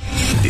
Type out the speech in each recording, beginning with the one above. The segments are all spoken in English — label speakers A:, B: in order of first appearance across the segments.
A: The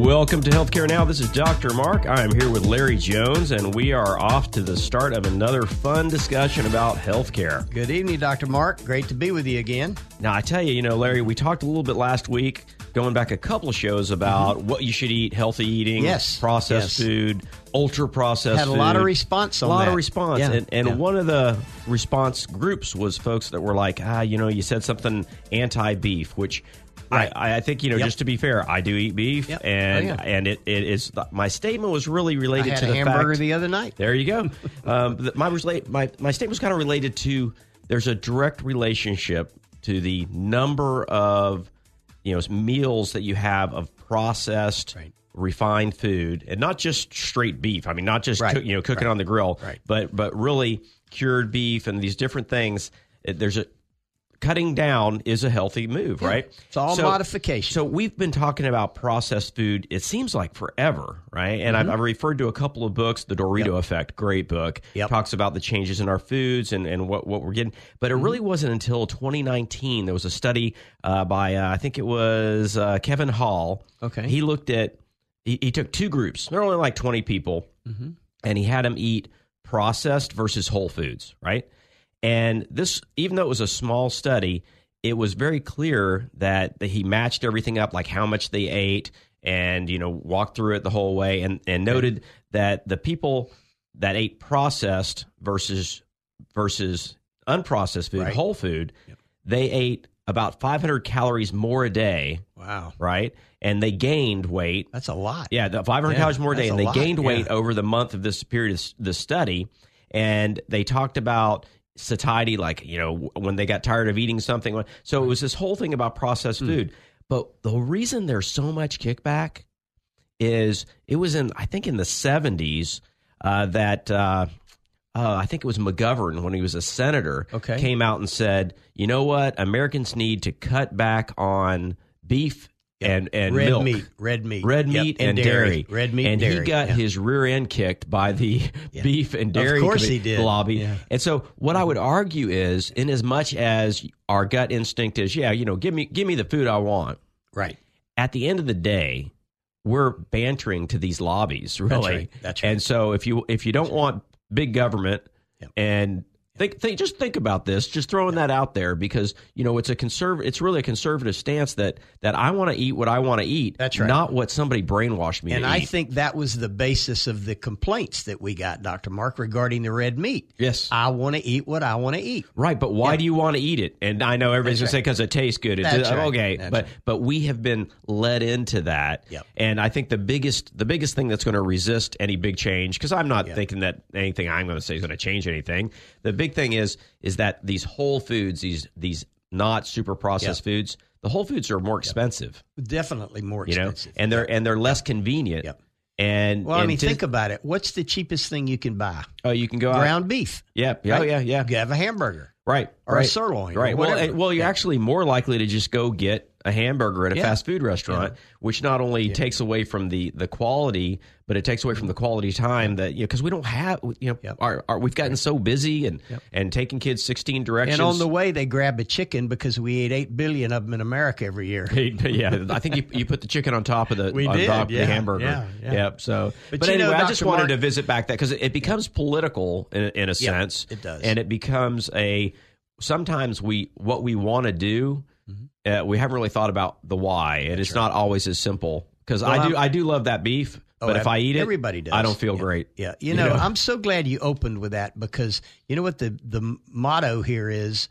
B: Welcome to Healthcare Now. This is Dr. Mark. I am here with Larry Jones, and we are off to the start of another fun discussion about healthcare.
C: Good evening, Dr. Mark. Great to be with you again.
B: Now, I tell you, you know, Larry, we talked a little bit last week, going back a couple shows about what you should eat, healthy eating,
C: Mm-hmm. Yes.
B: processed
C: Yes.
B: food, ultra processed
C: Had a lot of
B: food.
C: response on
B: A lot
C: that.
B: of response.
C: Yeah.
B: And, and
C: Yeah.
B: one of the response groups was folks that were like, ah, you know, you said something anti beef, which.
C: Right.
B: I, I think you know.
C: Yep.
B: Just to be fair, I do eat beef,
C: Yep. Oh,
B: and
C: yeah.
B: and it, it is my statement was really
C: I
B: related
C: had
B: to
C: a
B: the
C: hamburger
B: fact,
C: the other night.
B: there you go. um, th- my, relate, my, my statement was kind of related to there's a direct relationship to the number of you know meals that you have of processed
C: Right.
B: refined food and not just straight beef. I mean, not just
C: Right.
B: cook- you know cooking
C: Right.
B: on the grill,
C: Right.
B: but but really cured beef and these different things. It, there's a cutting down is a healthy move, right?
C: It's all modification.
B: So we've been talking about processed food. It seems like forever, right? And I've, I've referred to a couple of books. The Dorito Effect, great book,
C: Yep.
B: talks about the changes in our foods and, and what what we're getting. But it really wasn't until 2019 there was a study uh, by uh, I think it was uh, Kevin Hall.
C: Okay.
B: he looked at he, he took two groups. They're only like 20 people,
C: Mm-hmm.
B: and he had them eat processed versus whole foods, right? And this, even though it was a small study, it was very clear that, that he matched everything up, like how much they ate, and you know walked through it the whole way, and and noted that the people that ate processed versus versus unprocessed food,
C: Right.
B: whole food, they ate about 500 calories more a day,
C: Wow.
B: right? And they gained weight.
C: That's a lot.
B: Yeah, the 500
C: Yeah,
B: calories more a day,
C: that's
B: and
C: a
B: they
C: lot,
B: gained
C: yeah.
B: weight over the month of this period of s- the study. And they talked about satiety, like you know w- when they got tired of eating something. So it was this whole thing about processed
C: Hmm.
B: food. But the reason there's so much kickback is it was in I think in the 70s uh, that. Uh, uh, I think it was McGovern when he was a senator
C: Okay.
B: came out and said, "You know what? Americans need to cut back on beef and and
C: red
B: milk.
C: meat, red meat,
B: red
C: Yep.
B: meat and, dairy.
C: red meat,
B: and
C: dairy.
B: he got
C: Yeah.
B: his rear end kicked by the beef and dairy
C: course
B: commi-
C: he did.
B: lobby.
C: Yeah.
B: And so, what I would argue is, in as much as our gut instinct is, yeah, you know, give me give me the food I want.
C: right.
B: At the end of the day, we're bantering to these lobbies, really.
C: right. That's right.
B: And so, if you if you don't want big government
C: Yep.
B: and Think, think, just think about this. Just throwing that out there because you know it's a conserv. It's really a conservative stance that that I want to eat what I want to eat.
C: That's right.
B: Not what somebody brainwashed me.
C: And
B: to
C: I
B: eat.
C: think that was the basis of the complaints that we got, Dr. Mark, regarding the red meat.
B: Yes.
C: I want to eat what I want to eat.
B: Right, but why
C: Yeah.
B: do you want to eat it? And I know everybody's
C: That's
B: going to say because it tastes good. It
C: That's
B: does-
C: right.
B: Okay,
C: That's
B: but
C: right.
B: but we have been led into that.
C: Yep.
B: And I think the biggest the biggest thing that's going to resist any big change because I'm not thinking that anything I'm going to say is going to change anything. The big thing is is that these whole foods, these these not super processed foods, the whole foods are more expensive,
C: Definitely more
B: you know,
C: expensive.
B: and they're and they're less convenient.
C: Yep.
B: And
C: well, I
B: and
C: mean,
B: to-
C: think about it. What's the cheapest thing you can buy?
B: oh, you can go out.
C: Ground beef.
B: Yeah, yeah,
C: right?
B: yeah, yeah.
C: You have a hamburger.
B: Right.
C: Or a
B: right,
C: sirloin or
B: Right. well,
C: whatever.
B: and- well, you're
C: Yeah.
B: actually more likely to just go get a hamburger at a
C: Yeah.
B: fast food restaurant, which not only takes away from the the quality, but it takes away from the quality time that you know because we don't have you know
C: Yep.
B: our, our, we've gotten so busy and and taking kids 16 directions.
C: And on the way, they grab a chicken because we ate 8 billion of them in America every year.
B: yeah, I think you, you put the chicken on top of the
C: We
B: on
C: did,
B: top of the
C: yeah,
B: hamburger.
C: yeah, yeah.
B: Yep. So, but,
C: But you know,
B: anyway, I just
C: Dr.
B: wanted
C: Mark-
B: to visit back that because it, it becomes political in, in a sense.
C: it does.
B: and it becomes a. Sometimes we what we want to do,
C: Mm-hmm.
B: uh, we haven't really thought about the why, and it's not always as simple. Because I do I do love that beef,
C: Oh,
B: but if
C: ev-
B: I eat it,
C: everybody does.
B: I don't feel
C: Yeah.
B: great.
C: Yeah, you know,
B: know?
C: I'm so glad you opened with that because you know what the the motto here is: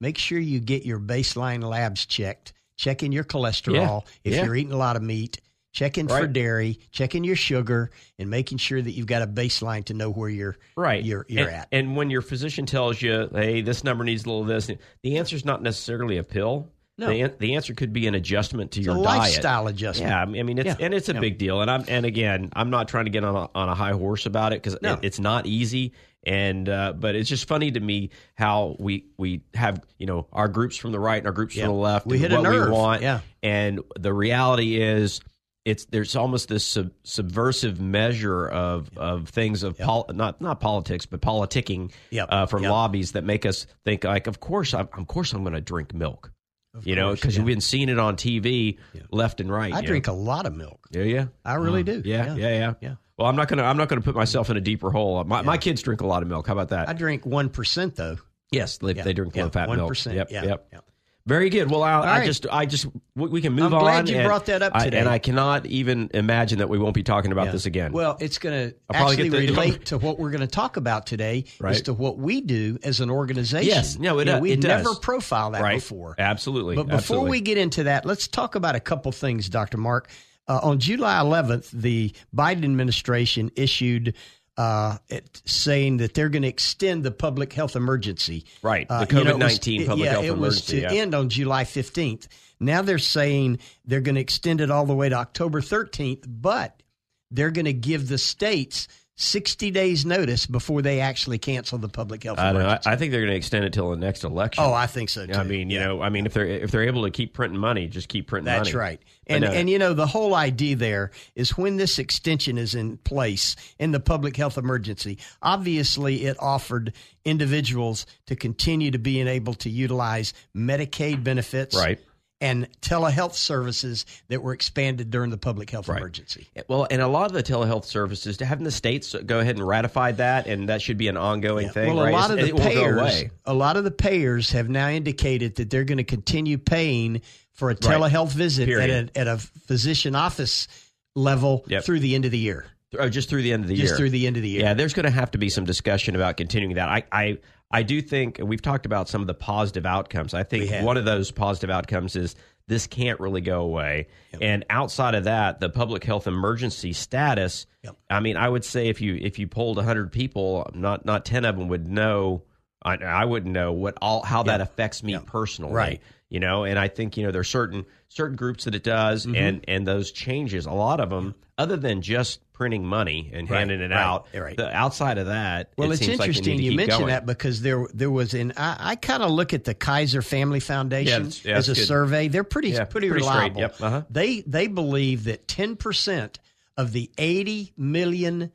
C: make sure you get your baseline labs checked, check in your cholesterol if
B: Yeah.
C: you're eating a lot of meat, check in for
B: Right.
C: dairy, check in your sugar, and making sure that you've got a baseline to know where you're
B: right
C: you're you're
B: and,
C: at.
B: and when your physician tells you hey this number needs a little of this the answer's not necessarily a pill
C: No.
B: the, an- the answer could be an adjustment to
C: It's
B: your
C: a
B: diet
C: lifestyle adjustment.
B: yeah i mean I mean, it's
C: Yeah.
B: and it's a
C: Yeah.
B: big deal and i'm and again i'm not trying to get on a, on a high horse about it because
C: No.
B: it, it's not easy and uh, but it's just funny to me how we we have you know our groups from the right and our groups
C: Yeah.
B: from the left
C: We
B: and
C: hit a
B: what
C: nerve.
B: we want
C: Yeah.
B: and the reality is it's there's almost this sub, subversive measure of of things of pol, not not politics but politicking
C: Yep.
B: uh, from
C: Yep.
B: lobbies that make us think like of course I'm, of course I'm going to drink milk
C: Of
B: you know
C: course,
B: because
C: yeah.
B: we've been seeing it on TV left and right
C: I
B: you know?
C: drink a lot of milk.
B: yeah yeah
C: I really do.
B: Mm. yeah, yeah, yeah,
C: yeah.
B: Well, I'm not gonna I'm not gonna put myself in a deeper hole. My, my kids drink a lot of milk. How about that?
C: I drink one percent though.
B: yes, they,
C: Yeah.
B: they drink
C: Yeah.
B: low fat milk.
C: 1%.
B: Yep,
C: Yeah.
B: yep.
C: Yeah.
B: Very good. Well, I, I
C: right.
B: just I just we, we can move
C: I'm
B: on.
C: glad you
B: and
C: brought that up
B: I-
C: today.
B: and I cannot even imagine that we won't be talking about
C: Yeah.
B: this again.
C: Well, it's going to
B: I'll probably
C: actually
B: get the-
C: relate to what we're going to talk about today,
B: Right.
C: as to what we do as an organization.
B: Yes. No, it
C: You know,
B: does.
C: we
B: It does.
C: never profile that
B: right?
C: before.
B: Absolutely.
C: But before
B: Absolutely.
C: we get into that, let's talk about a couple things, Dr. Mark. Uh, on July 11th, the Biden administration issued uh, it, saying that they're going to extend the public health emergency.
B: Right, the
C: Uh, you know, it was-
B: COVID-19
C: it-
B: public
C: yeah,
B: health
C: it was to
B: emergency, yeah.
C: end on July 15th. Now they're saying they're going to extend it all the way to October 13th, but they're going to give the states 60 days notice before they actually cancel the public health
B: I don't know. I,
C: emergency.
B: I think they're going to extend it till the next election.
C: oh, I think so too.
B: I mean, you
C: Yeah.
B: know, I mean, if they're if they're able to keep printing money, just keep printing money.
C: That's right. And
B: no.
C: and you know the whole idea there is when this extension is in place in the public health emergency, obviously it offered individuals to continue to being able to utilize Medicaid benefits
B: Right.
C: and telehealth services that were expanded during the public health emergency.
B: Well, and a lot of the telehealth services, to having the states go ahead and ratify that, and that should be an ongoing thing.
C: Well,
B: right?
C: a lot of
B: It's-
C: the
B: it won't go
C: payers,
B: away.
C: a lot of the payers have now indicated that they're going to continue paying for a telehealth visit
B: Period.
C: at a, at a physician office level
B: Yep.
C: through the end of the year.
B: Oh, just through the end of the year.
C: Just through the end of the year.
B: Yeah, there's going to have to be some discussion about continuing that. I, I, I do think we've talked about some of the positive outcomes. I
C: We
B: think
C: have.
B: one of those positive outcomes is this can't really go away. And outside of that, the public health emergency status.
C: Yep.
B: I mean, I would say if you if you polled 100 people, not not 10 of them would know. I, I wouldn't know what all how that affects me personally.
C: Right.
B: You know, and I think you know there's certain certain groups that it does,
C: Mm-hmm.
B: and and those changes. A lot of them, other than just printing money and
C: Right,
B: handing it
C: right,
B: out,
C: right.
B: the outside of that,
C: Well,
B: it
C: it's
B: seems like we need
C: interesting
B: to
C: you
B: keep
C: mentioned
B: going.
C: that because there there was in I, I kind of look at the Kaiser Family Foundation
B: Yeah, that's- yeah,
C: as a
B: that's good.
C: survey. They're pretty
B: Yeah,
C: pretty,
B: pretty straight.
C: reliable.
B: Yep, uh-huh.
C: They they believe that ten percent of the eighty million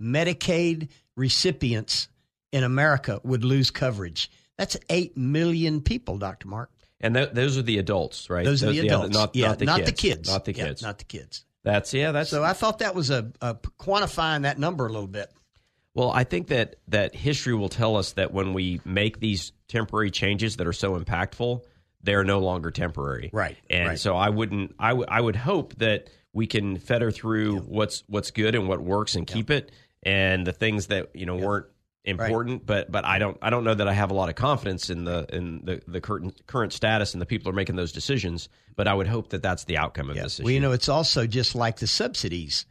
C: Medicaid recipients in America would lose coverage. That's eight million people, Doctor Mark.
B: And tho- those are the adults, right?
C: Those, are the
B: other-
C: adults,
B: not,
C: yeah,
B: not, the, kids. Not the
C: Yeah,
B: kids.
C: not the kids.
B: that's yeah. That's
C: So I thought that was a, a quantifying that number a little bit.
B: Well, I think that that history will tell us that when we make these temporary changes that are so impactful, they're no longer temporary.
C: Right,
B: And
C: right.
B: so I wouldn't I would I would hope that we can fetter through what's what's good and what works and keep it and the things that, you know, weren't important but but I don't I don't know that I have a lot of confidence in the in the the current current status and the people who are making those decisions but I would hope that that's the outcome of this issue.
C: Well, you know, it's also just like the subsidies.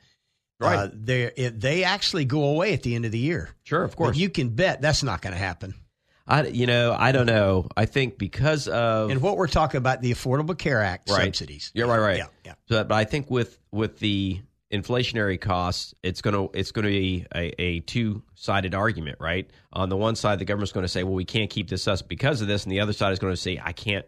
B: Right.
C: Uh, they they actually go away at the end of the year.
B: sure, of course.
C: But you can bet that's not going to happen.
B: I you know, I don't know. I think because of
C: And what we're talking about, the Affordable Care Act
B: right.
C: subsidies.
B: Yeah, right, right.
C: Yeah, yeah.
B: So, but I think with with the inflationary costs, it's gonna it's gonna be a, a two sided argument, right? On the one side, the government's going to say, "Well, we can't keep this us because of this," and the other side is going to say, "I can't."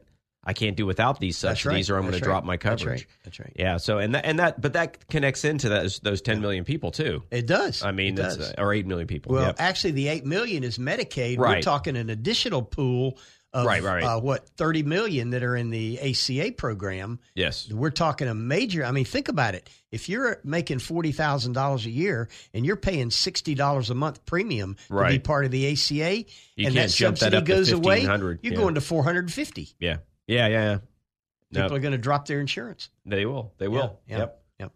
B: I can't do without these
C: That's
B: subsidies,
C: right.
B: or I'm going to
C: That's
B: drop
C: right.
B: my
C: That's
B: coverage.
C: right. That's right.
B: Yeah. So and that and that, but that connects into those those 10 million people too.
C: It does.
B: I mean,
C: it
B: that's,
C: does.
B: uh, or 8 million people.
C: well,
B: Yep.
C: actually, the eight million is Medicaid. We're
B: Right.
C: talking an additional pool of
B: Right, right, right.
C: Uh, what thirty million that are in the ACA program.
B: yes.
C: We're talking a major. I mean, think about it. If you're making forty thousand dollars a year and you're paying sixty dollars a month premium to be
B: Right.
C: part of the ACA,
B: You
C: and
B: can't
C: that
B: jump that
C: subsidy
B: up to
C: goes away, you're
B: 1,500, yeah.
C: going to four hundred and fifty.
B: Yeah. Yeah. Yeah. yeah.
C: People
B: No,
C: are going to drop their insurance.
B: they will. They will.
C: Yeah, yeah,
B: Yep.
C: yep.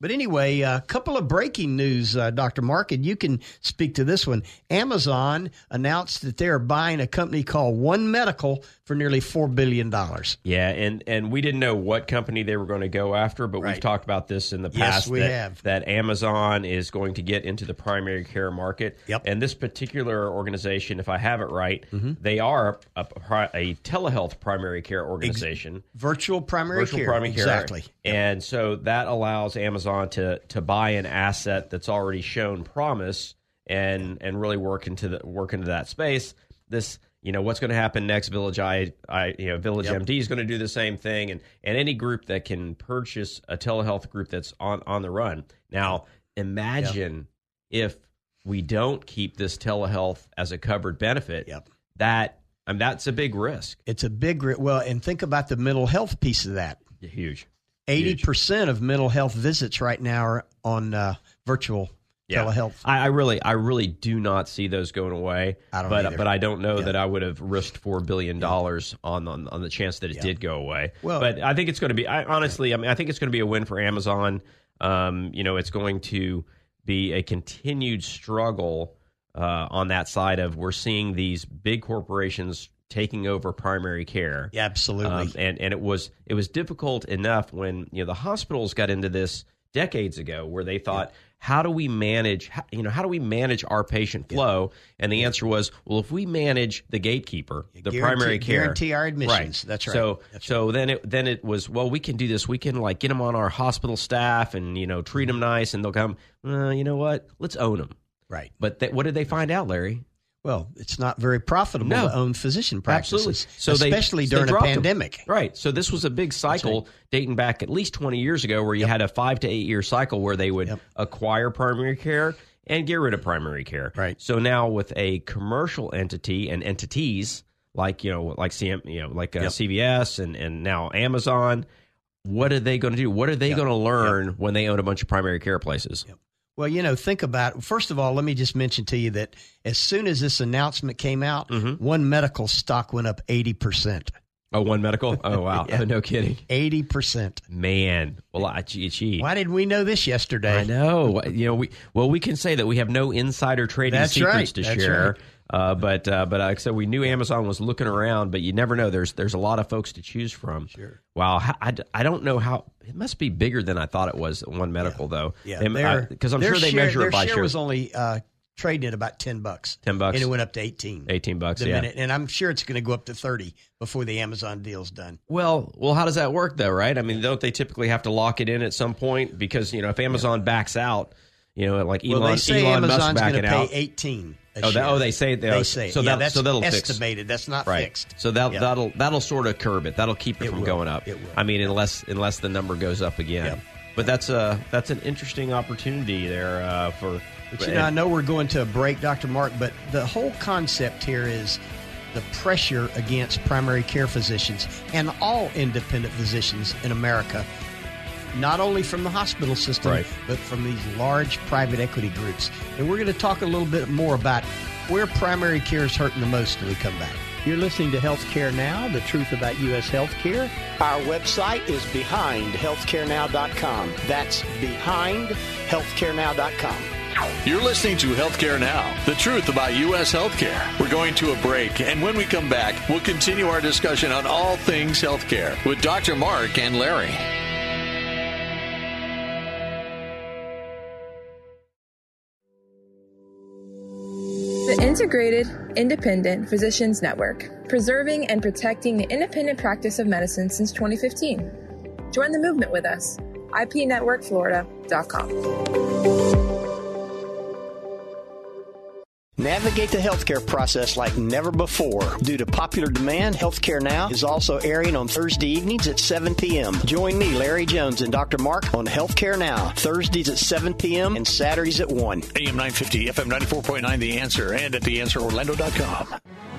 C: But anyway, a couple of breaking news, uh, Dr. Mark, and you can speak to this one. Amazon announced that they are buying a company called One Medical for nearly $4 billion.
B: Yeah, and and we didn't know what company they were going to go after, but we've
C: Right.
B: talked about this in the
C: Yes,
B: past.
C: we
B: that,
C: have.
B: that Amazon is going to get into the primary care market.
C: Yep. Mm-hmm.
B: And this particular organization, if I have it right, they are a, pri a telehealth primary care organization.
C: Virtual primary
B: Virtual
C: care.
B: primary care.
C: Exactly.
B: And so that allows Amazon to to buy an asset that's already shown promise and and really work into the work into that space. This you know what's going to happen next village i, I you know village md is going to do the same thing and and any group that can purchase a telehealth group that's on on the run now imagine if we don't keep this telehealth as a covered benefit
C: Yep.
B: that I mean, that's a big risk
C: It's a big, re- well, and think about the mental health piece of that.
B: huge
C: 80% of mental health visits right now are on uh, virtual telehealth.
B: I, I really, I really do not see those going away.
C: I don't
B: but,
C: either.
B: but I don't know that I would have risked four billion dollars on, on on the chance that it did go away.
C: Well-
B: but I think it's going to be. I honestly, I mean, I think it's going to be a win for Amazon. Um, you know, it's going to be a continued struggle uh, on that side of we're seeing these big corporations taking over primary care.
C: Yeah, absolutely.
B: Um, and and it was it was difficult enough when you know the hospitals got into this decades ago, where they thought, how do we manage? How, you know, how do we manage our patient flow? And the answer was, well, if we manage the gatekeeper, the
C: Guarantee-
B: primary care,
C: guarantee our admissions. That's right.
B: So
C: That's
B: so then it then it was well, we can do this. We can like get them on our hospital staff and you know
C: Mm-hmm.
B: treat them nice, and they'll come. Uh, you know what? Let's own them.
C: right.
B: But th- what did they find out, Larry?
C: Well, it's not very profitable
B: No.
C: to own physician practices,
B: they-
C: especially
B: they
C: during a
B: dropped 'em.
C: pandemic.
B: Right. So this was a big cycle dating back at least 20 years ago where you had a 5 to 8 year cycle where they would acquire primary care and get rid of primary care.
C: Right.
B: So now with a commercial entity and entities like, you know, like CM, you know, like uh, CVS and and now Amazon, what are they going to do? What are they going to learn when they own a bunch of primary care places?
C: Well, you know, think about first of all, let me just mention to you that as soon as this announcement came out,
B: Mm-hmm.
C: one medical stock went up 80%.
B: Oh, one medical? Oh, wow. Oh, no kidding.
C: 80%.
B: Man. Well, I, gee, gee.
C: Why didn't we know this yesterday?
B: I know. You know, we well, we can say that we have no insider trading
C: That's
B: secrets
C: right.
B: to
C: That's
B: share.
C: right.
B: Uh, but uh, but like I said, we knew Amazon was looking around, but you never know. There's there's a lot of folks to choose from. Sure. Wow. ho- I, d- I don't know how it must be bigger than I thought it was. at One medical though. because I'm
C: their
B: sure they
C: share-
B: measure
C: their
B: it by
C: share
B: share.
C: was only uh, trading at about 10 bucks.
B: 10 bucks.
C: And it went up to 18.
B: Eighteen bucks.
C: The
B: yeah.
C: minute. And I'm sure it's going to go up to 30 before the Amazon deal's done.
B: Well, well, how does that work though, right? I mean, don't they typically have to lock it in at some point because you know if Amazon backs out, you know, like Elon,
C: well, they say
B: Elon Musk
C: Amazon's going
B: backing
C: to pay
B: out.
C: 18. a
B: Oh, that- oh,
C: share.
B: they say- they-
C: they say.
B: so
C: yeah,
B: that-
C: that's
B: so that'll fix.
C: estimated. That's not fixed.
B: So that
C: Yeah.
B: that'll that'll sort of curb it. That'll keep it, from
C: will.
B: going up.
C: It will.
B: I mean, unless unless the number goes up again.
C: Yeah.
B: But that's a that's an interesting opportunity there uh, for.
C: But you know, I know we're going to a break, Dr. Mark, but the whole concept here is the pressure against primary care physicians and all independent physicians in America, not only from the hospital system,
B: Right.
C: but from these large private equity groups. And we're going to talk a little bit more about where primary care is hurting the most when we come back. You're listening to Healthcare Now, the truth about U.S. healthcare. Our website is behindhealthcarenow.com. That's behindhealthcarenow.com.
D: You're listening to Healthcare Now, the truth about U.S. healthcare. We're going to a break, and when we come back, we'll continue our discussion on all things healthcare with Dr. Mark and Larry.
E: The Integrated Independent Physicians Network, preserving and protecting the independent practice of medicine since 2015. Join the movement with us. IPNetworkFlorida.com.
C: Navigate the healthcare process like never before. Due to popular demand, Healthcare Now is also airing on Thursday evenings at 7 p.m. Join me, Larry Jones, and Dr. Mark on Healthcare Now, Thursdays at 7 p.m. and Saturdays at 1.
D: AM 950, FM 94.9, The Answer, and at TheAnswerOrlando.com.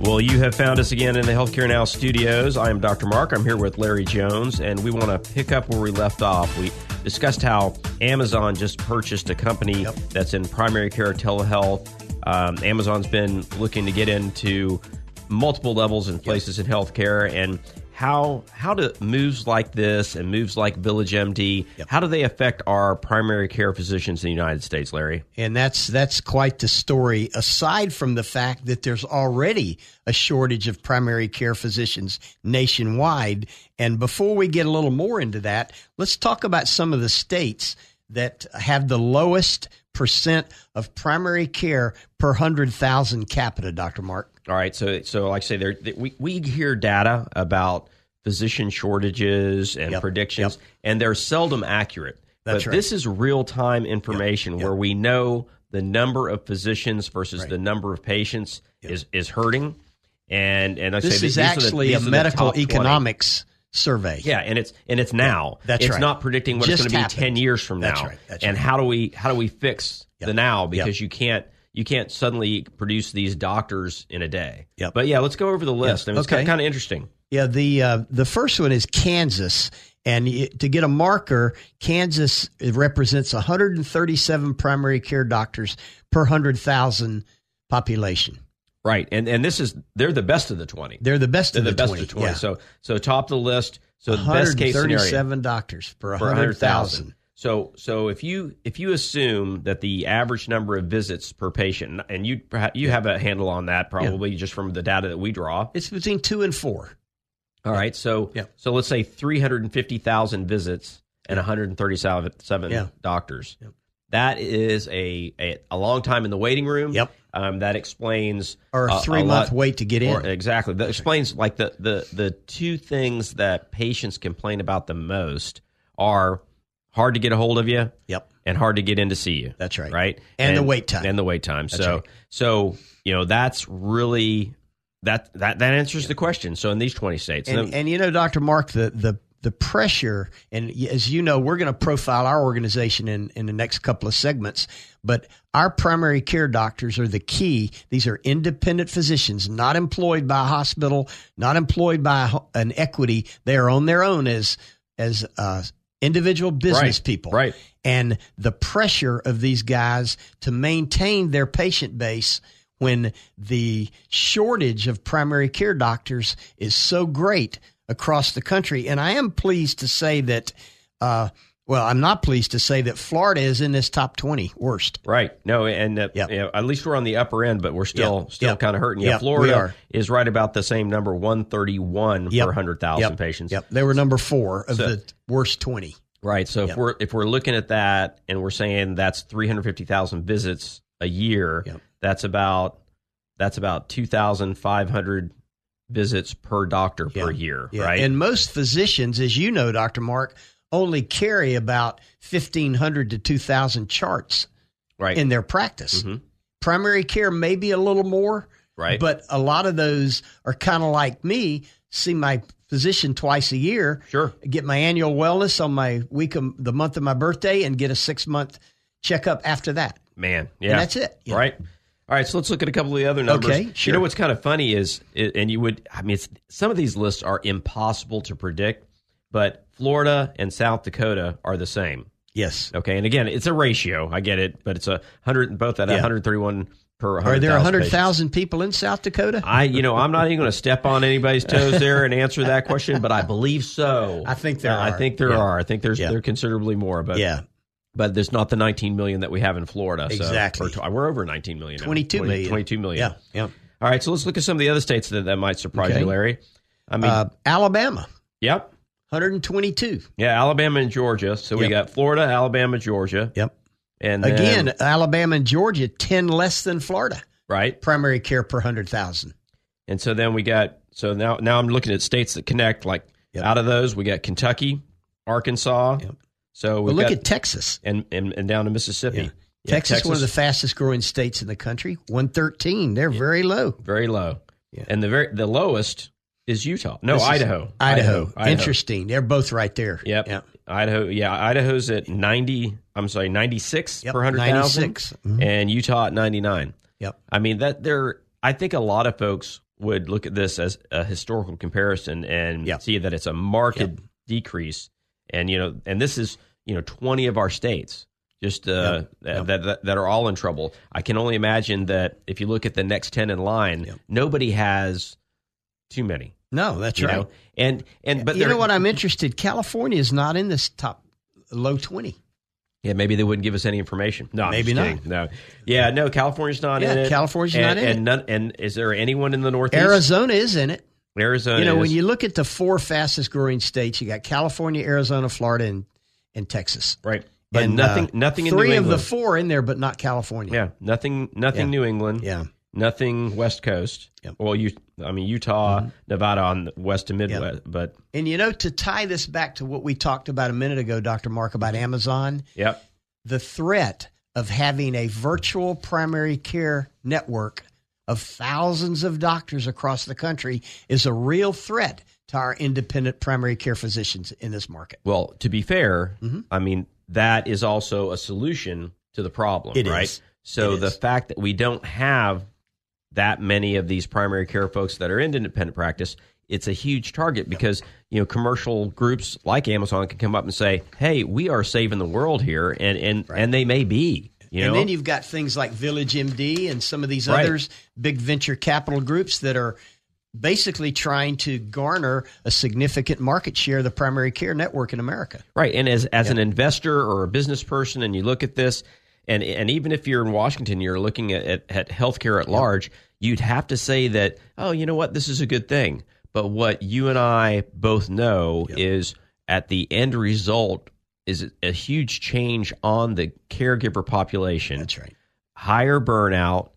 B: Well, you have found us again in the Healthcare Now studios. I am Dr. Mark. I'm here with Larry Jones, and we want to pick up where we left off. We discussed how Amazon just purchased a company that's in primary care telehealth. Um, Amazon's been looking to get into multiple levels and places in healthcare, and how how do moves like this and moves like Village MD how do they affect our primary care physicians in the United States, Larry?
C: And that's that's quite the story. Aside from the fact that there's already a shortage of primary care physicians nationwide, and before we get a little more into that, let's talk about some of the states that have the lowest percent of primary care per 100,000 capita, Dr. Mark.
B: All right. So, so like I say, there th- we we hear data about physician shortages and
C: Yep,
B: predictions, and they're seldom accurate.
C: That's
B: but
C: right.
B: this is real time information where we know the number of physicians versus the number of patients is is hurting. And and like I
C: This
B: say,
C: is
B: these are the-
C: actually
B: these
C: a
B: are the
C: medical
B: top 20.
C: economics survey.
B: Yeah, and it's and it's now.
C: That's
B: it's
C: right.
B: not predicting what
C: Just
B: it's going to
C: happened.
B: be ten years from
C: That's
B: now.
C: right. That's
B: and
C: right.
B: how do we how do we fix
C: Yep.
B: the now because you can't you can't suddenly produce these doctors in a day.
C: Yep.
B: But yeah, let's go over the list. I mean, it's
C: Okay.
B: kind of, kind of interesting.
C: Yeah, the uh, the first one is Kansas, and y- to get a marker, Kansas represents 137 primary care doctors per hundred thousand population.
B: Right. And and this is they're the best of the 20.
C: They're the best
B: They're
C: of
B: the,
C: the,
B: best
C: 20.
B: of 20.
C: Yeah.
B: So so top of the list. So the best case scenario
C: 137 doctors per
B: for 100,000.
C: 100,000.
B: So so if you if you assume that the average number of visits per patient and you perha- you have a handle on that probably just from the data that we draw.
C: It's between two and four.
B: All right. So
C: Yeah.
B: so let's say 350,000 visits and 137
C: Yeah.
B: doctors. That is a, a a long time in the waiting room.
C: Yep.
B: Um, that explains
C: Or a
B: three
C: three-month wait to get in.
B: exactly. That explains like the, the the two things that patients complain about the most are hard to get a hold of you
C: Yep.
B: and hard to get in to see you.
C: That's right.
B: Right.
C: And the wait time.
B: And the wait time. so so you know that's really that that that answers the question. So in these twenty states,
C: And,
B: then-
C: and you know, Dr. Mark, the, the, the pressure, and y- as you know, we're going to profile our organization in, in the next couple of segments, but our primary care doctors are the key. These are independent physicians, not employed by a hospital, not employed by a ho- an equity. They are on their own as, as, uh, individual business
B: Right,
C: people.
B: right.
C: And the pressure of these guys to maintain their patient base when the shortage of primary care doctors is so great across the country. And I am pleased to say that, uh, well, I'm not pleased to say that Florida is in this top 20 worst.
B: Right. No, and uh,
C: Yeah.
B: you know, at least we're on the upper end, but we're still
C: Yeah.
B: still
C: Yeah.
B: kind of hurting. Yeah,
C: Yeah, we
B: Florida
C: are.
B: is right about the same number, one thirty one
C: Yep.
B: per hundred thousand
C: Yep.
B: patients.
C: Yep. They were number four of
B: So-
C: the worst 20.
B: Right. So if
C: Yep.
B: we're if we're looking at that and we're saying that's three hundred fifty thousand visits a year,
C: Yep.
B: that's about that's about two thousand five hundred visits per doctor per
C: Yeah.
B: year.
C: Yeah.
B: Right.
C: And most physicians, as you know, Dr. Mark, only carry about 1,500 to 2,000 charts
B: right.
C: in their practice. Primary care, maybe a little more.
B: Mm-hmm. Right.
C: But a lot of those are kind of like me see my physician twice a year.
B: Sure.
C: Get my annual wellness on my week of the month of my birthday and get a six month checkup after that.
B: man. Yeah,
C: that's it, you know.
B: Right. All right, so let's look at a couple of the other numbers.
C: Okay,
B: You
C: sure.
B: know what's kind of funny is, and you would, I mean, it's, some of these lists are impossible to predict, but Florida and South Dakota are the same.
C: Yes.
B: Okay, and again, it's a ratio. I get it, but it's a hundred, both at
C: Yeah.
B: 131 per. 100,
C: Are there 100,000 people in South Dakota?
B: I, you know, I'm not even going to step on anybody's toes there and answer that question, but I believe so.
C: I think there
B: I
C: are.
B: think there
C: Yeah.
B: are. I think there's
C: Yeah.
B: there are considerably more, but
C: yeah.
B: but there's not the 19 million that we have in Florida. So,
C: Exactly.
B: or tw- we're over 19 million. now.
C: 22
B: 20
C: million.
B: 22 million.
C: Yeah. Yeah.
B: All right. So let's look at some of the other states that, that might surprise
C: Okay.
B: you, Larry. I mean,
C: Uh, Alabama,
B: yep.
C: 122.
B: Yeah. Alabama and Georgia. So we
C: Yep.
B: got Florida, Alabama, Georgia.
C: Yep.
B: And then-
C: Again, Alabama and Georgia, 10 less than Florida.
B: right.
C: Primary care per 100,000.
B: And so then we got, so now, now I'm looking at states that connect. Like
C: Yep.
B: out of those, we got Kentucky, Arkansas.
C: Yep.
B: So we
C: But look
B: got,
C: at Texas.
B: and, and, and down to Mississippi.
C: Yeah.
B: Yeah,
C: Texas, one of the fastest growing states in the country, 113. They're very low.
B: very low.
C: Yeah.
B: And the very the lowest is Utah. No,
C: This is
B: Idaho.
C: Idaho. Interesting. They're both right there.
B: Yep.
C: Yeah.
B: Idaho. Yeah. Idaho's at 90, I'm sorry, 96
C: Yep,
B: per 100,000.
C: 96. Mhm.
B: And Utah at 99.
C: Yep.
B: I mean, that there, I think a lot of folks would look at this as a historical comparison and
C: Yep.
B: see that it's a marked
C: Yep.
B: decrease. And, you know, and this is, you know, 20 of our states just uh,
C: Yep. Yep.
B: That, that, that are all in trouble. I can only imagine that if you look at the next 10 in line,
C: Yep.
B: nobody has too many.
C: No, that's
B: you
C: right.
B: know? And, and, but
C: you know
B: they're-
C: what? I'm interested. California is not in this top uh, low 20.
B: Yeah, maybe they wouldn't give us any information. No, I'm
C: Maybe
B: just
C: not.
B: kidding. No, yeah, no. California's not
C: Yeah,
B: in it.
C: California's
B: and,
C: not in
B: and
C: it.
B: None, and is there anyone in the Northeast?
C: Arizona is in it.
B: Arizona.
C: you know, when
B: is.
C: you look at the four fastest growing states, you got California, Arizona, Florida, and, and Texas.
B: right, but
C: And,
B: nothing,
C: uh,
B: nothing in
C: Three
B: New
C: of
B: England.
C: the four in there, but not California.
B: yeah, nothing, nothing
C: Yeah.
B: New England.
C: Yeah.
B: nothing West Coast.
C: Yep.
B: Well, you, I mean Utah, Nevada on the west to Midwest, but
C: And you know, to tie this back to what we talked about a minute ago, Dr. Mark, about Amazon,
B: yeah,
C: the threat of having a virtual primary care network of thousands of doctors across the country is a real threat to our independent primary care physicians in this market.
B: Well, to be fair,
C: Mm-hmm.
B: I mean that is also a solution to the problem,
C: It
B: right?
C: is.
B: So
C: It
B: the
C: is.
B: fact that we don't have that many of these primary care folks that are in independent practice, it's a huge target because you know commercial groups like Amazon can come up and say, "Hey, we are saving the world here," and and and they may be, you know.
C: and then you've got things like Village MD and some of these
B: Right.
C: others, big venture capital groups that are basically trying to garner a significant market share of the primary care network in America.
B: Right. And as as an investor or a business person, and you look at this, and and even if you're in Washington, you're looking at at, at healthcare at large, you'd have to say that, oh, you know what, this is a good thing. But what you and I both know is at the end result is a huge change on the caregiver population.
C: That's right.
B: Higher burnout.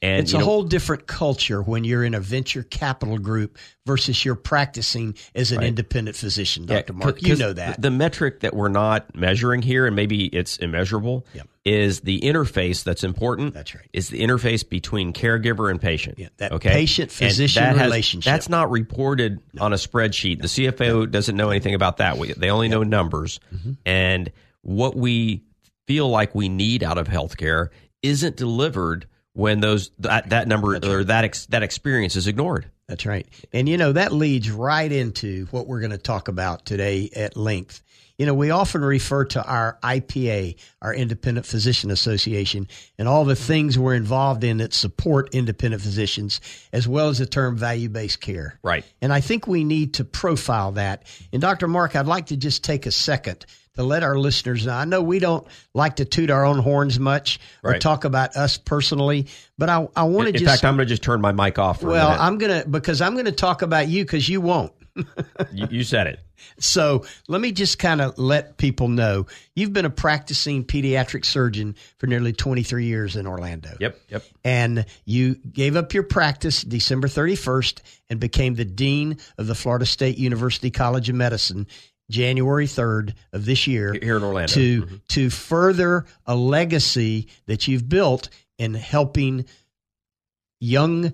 B: And
C: it's
B: you
C: a
B: know,
C: whole different culture when you're in a venture capital group versus you're practicing as an independent physician,
B: Yeah,
C: Dr. Mark.
B: 'cause-
C: You
B: 'cause
C: know that.
B: The metric that we're not measuring here, and maybe it's immeasurable,
C: Yep.
B: is the interface that's important.
C: That's right.
B: Is the interface between caregiver and patient.
C: Yeah, that
B: okay?
C: patient-physician
B: And that has-
C: relationship.
B: That's not reported on a spreadsheet. The CFO doesn't know anything about that. We- They only know numbers.
C: Mm-hmm.
B: And what we feel like we need out of healthcare isn't delivered when those that, that number or that ex, that experience is ignored.
C: That's right. And you know, that leads right into what we're going to talk about today at length. You know, we often refer to our IPA, our Independent Physician Association, and all the things we're involved in that support independent physicians, as well as the term value based care.
B: Right.
C: And I think we need to profile that. And Dr. Mark, I'd like to just take a second to let our listeners know. I know we don't like to toot our own horns much or
B: Right.
C: talk about us personally, but I, I want to
B: In
C: just.
B: fact, I'm going to just turn my mic off. For
C: Well,
B: a minute.
C: I'm going to, because I'm going to talk about you because you won't.
B: you, you said it.
C: So let me just kind of let people know you've been a practicing pediatric surgeon for nearly 23 years in Orlando.
B: Yep. Yep.
C: And you gave up your practice December 31st and became the dean of the Florida State University College of Medicine January 3rd of this year
B: Here in Orlando. Mm-hmm.
C: to to further a legacy that you've built in helping young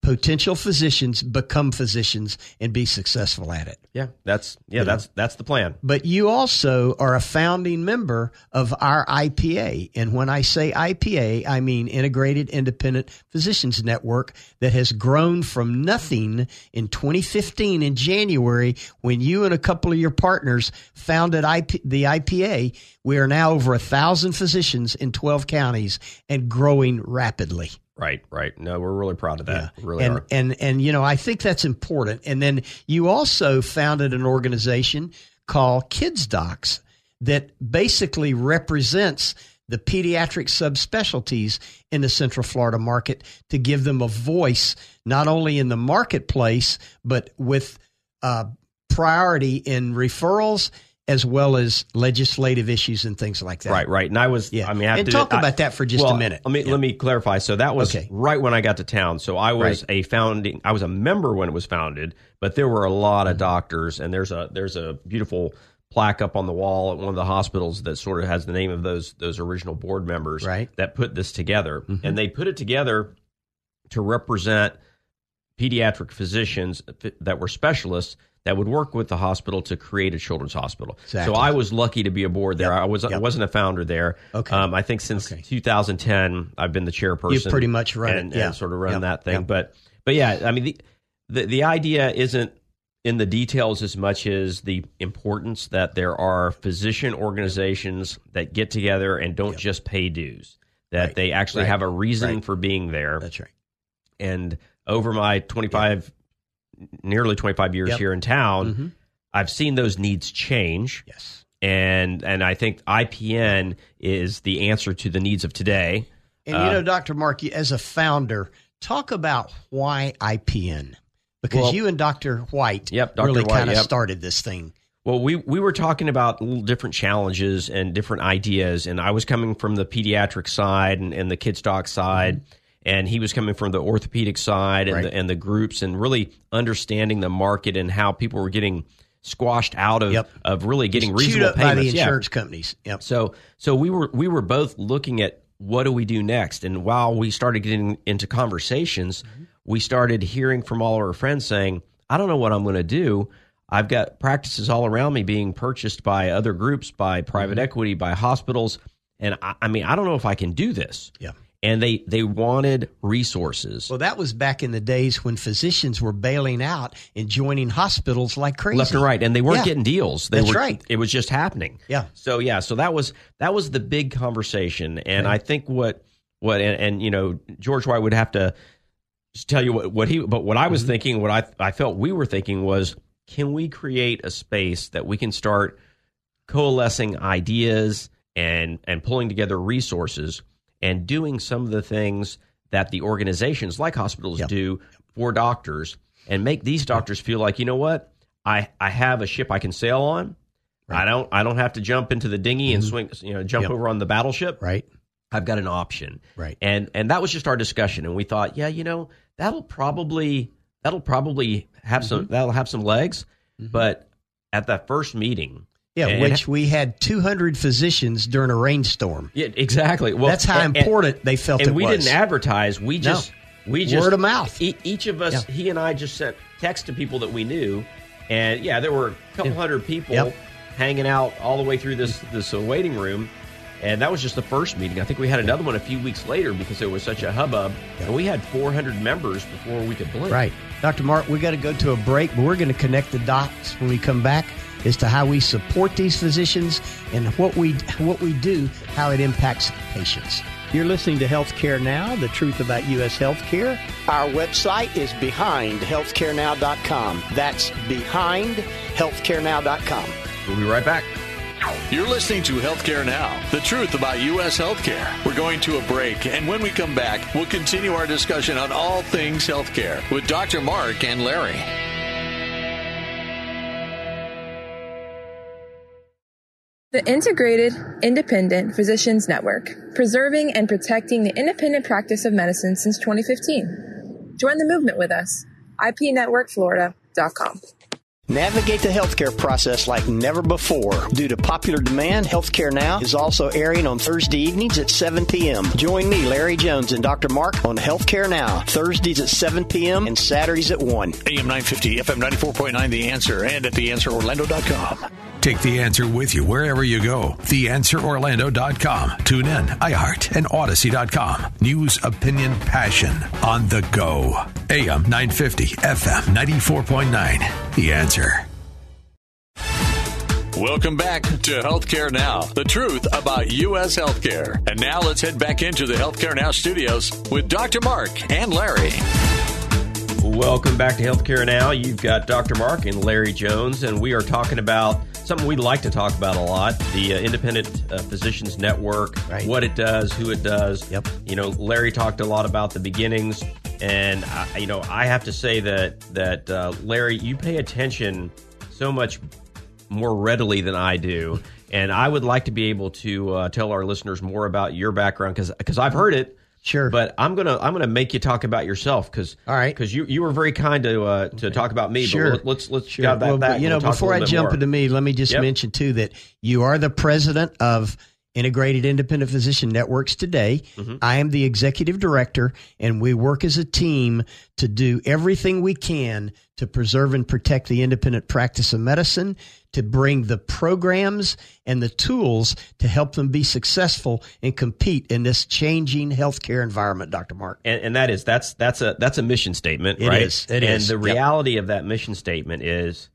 C: potential physicians become physicians and be successful at it.
B: Yeah, that's yeah, that's that's the plan.
C: But you also are a founding member of our IPA. And when I say IPA, I mean Integrated Independent Physicians Network that has grown from nothing in 2015 in January when you and a couple of your partners founded IP, the IPA. We are now over a thousand physicians in 12 counties and growing rapidly
B: Right, right. No, we're really proud of that. We Really
C: and,
B: are.
C: And and you know, I think that's important. And then you also founded an organization called Kids Docs that basically represents the pediatric subspecialties in the Central Florida market to give them a voice not only in the marketplace but with uh, priority in referrals as well as legislative issues and things like that.
B: Right, right. And I was
C: Yeah.
B: I mean, I have
C: And
B: to
C: talk
B: I-
C: about that for just a
B: well,
C: minute.
B: Let me let me clarify. So that was
C: Okay.
B: right when I got to town. So I was a founding I was a member when it was founded, but there were a lot of doctors and there's a there's a beautiful plaque up on the wall at one of the hospitals that sort of has the name of those those original board members
C: Right. Mm-hmm.
B: that put this together. And they put it together to represent pediatric physicians f- that were specialists that would work with the hospital to create a children's hospital.
C: Exactly.
B: So I was lucky to be a board there. I was I
C: Yep.
B: wasn't a founder there.
C: Okay.
B: Um, I think since
C: Okay.
B: 2010 I've been the chairperson.
C: You've pretty much run it,
B: and,
C: yeah.
B: and sort of run
C: Yep,
B: that thing.
C: yep.
B: But but yeah, I mean the, the the idea isn't in the details as much as the importance that there are physician organizations that get together and don't just pay dues. That
C: Right.
B: they actually
C: Right.
B: have a reason
C: Right.
B: for being there
C: That's right.
B: and over my 25 nearly 25 years
C: Yep.
B: here in town
C: Mhm.
B: i've seen those needs change
C: Yes.
B: and and i think ipn is the answer to the needs of today
C: And
B: Uh,
C: you know, Dr. Mark, you- as a founder, talk about why IPN because
B: Well-
C: you and Dr. White
B: Yep, Dr.
C: really
B: White,
C: kind of
B: yep.
C: started this thing.
B: Well, we, we were talking about little different challenges and different ideas, and I was coming from the pediatric side and, and the kids doc side, and he was coming from the orthopedic side and,
C: Mm-hmm. Right.
B: the, and the groups, and really understanding the market and how people were getting squashed out of,
C: Yep.
B: of really getting
C: Chewed
B: reasonable
C: up
B: payments.
C: by the
B: Yeah.
C: insurance companies. Yep.
B: So so we were we were both looking at what do we do next, and while we started getting into conversations,
C: Mm-hmm.
B: we started hearing from all our friends saying, "I don't know what I'm going to do." I've got practices all around me being purchased by other groups, by private
C: Mm-hmm.
B: equity, by hospitals, and I, I mean I don't know if I can do this.
C: Yeah.
B: And they they wanted resources.
C: Well, that was back in the days when physicians were bailing out and joining hospitals like crazy.
B: left and right, and they weren't
C: Yeah.
B: getting deals. They
C: That's
B: were,
C: right.
B: It was just happening.
C: Yeah.
B: So yeah, so that was that was the big conversation, and I think what what and, and you know George White would have to just tell you what what he but what I
C: Mm-hmm.
B: was thinking, what I I felt we were thinking was, can we create a space that we can start coalescing ideas and and pulling together resources and doing some of the things that the organizations like hospitals
C: Yep.
B: do for doctors and make these doctors feel like you know what I I have a ship I can sail on I don't I don't have to jump into the dinghy and swing you know jump
C: Mm-hmm. Yep.
B: over on the battleship
C: Right.
B: I've got an option.
C: Right.
B: And and that was just our discussion and we thought, yeah, you know, that'll probably that'll probably have some
C: Mm-hmm.
B: that'll have some legs, but at that first meeting.
C: Yeah,
B: and-
C: which we had 200 physicians during a rainstorm.
B: yeah, exactly. Well,
C: That's how
B: and- and-
C: important they felt
B: and
C: it
B: we
C: was.
B: didn't advertise. We just we
C: Word
B: just
C: of mouth.
B: E- each of us,
C: Yeah.
B: he and I, just sent text to people that we knew, and yeah, there were a couple hundred people
C: Yep.
B: hanging out all the way through this this uh, waiting room, and that was just the first meeting. I think we had another one a few weeks later because there was such a hubbub, and we had 400 members before we could blink.
C: Right. Dr. Mark, we got to go to a break, but we're going to connect the dots when we come back as to how we support these physicians and what we what we do, how it impacts patients. You're listening to Healthcare Now, the truth about U.S. healthcare. Our website is behindhealthcarenow.com. That's behindhealthcarenow.com.
B: We'll be right back.
D: You're listening to Healthcare Now, the truth about U.S. healthcare. We're going to a break, and when we come back, we'll continue our discussion on all things healthcare with Dr. Mark and Larry.
E: The Integrated Independent Physicians Network, preserving and protecting the independent practice of medicine since 2015. Join the movement with us. IPNetworkFlorida.com.
C: Navigate the healthcare process like never before. Due to popular demand, Healthcare Now is also airing on Thursday evenings at 7 p.m. Join me, Larry Jones, and Dr. Mark on Healthcare Now, Thursdays at 7 p.m. and Saturdays at 1.
D: AM 950, FM 94.9, The Answer, and at TheAnswerOrlando.com.
A: Take the answer with you wherever you go. TheAnswerOrlando.com. Tune in, iHeart, and Odyssey.com. News, opinion, passion on the go. AM 950, FM 94.9. The answer.
D: Welcome back to Healthcare Now, the truth about U.S. healthcare. And now let's head back into the Healthcare Now studios with Dr. Mark and Larry.
B: Welcome back to Healthcare Now. You've got Dr. Mark and Larry Jones, and we are talking about something we like to talk about a lot the uh, Independent uh, Physicians Network,
C: Right.
B: what it does, who it does.
C: Yep.
B: You know, Larry talked a lot about the beginnings, and, I, you know, I have to say that, that uh, Larry, you pay attention so much more readily than I do. And I would like to be able to uh, tell our listeners more about your background because I've heard it.
C: Sure.
B: But I'm gonna I'm gonna make you talk about yourself because
C: All right.
B: because you, you were very kind to uh, to talk about me.
C: Sure.
B: But let's let's
C: Sure.
B: dial that
C: Well, but,
B: back.
C: you
B: and
C: know,
B: we'll talk a
C: before I
B: little bit
C: jump
B: more.
C: into me, let me just
B: Yep.
C: mention too that you are the president of Integrated Independent Physician Networks today.
B: Mm-hmm.
C: I am the executive director, and we work as a team to do everything we can to preserve and protect the independent practice of medicine, to bring the programs and the tools to help them be successful and compete in this changing healthcare environment, Dr. Mark.
B: and, and that is that's that's a that's a mission statement,
C: It
B: right?
C: is. It
B: and
C: is.
B: the
C: Yep.
B: reality of that mission statement is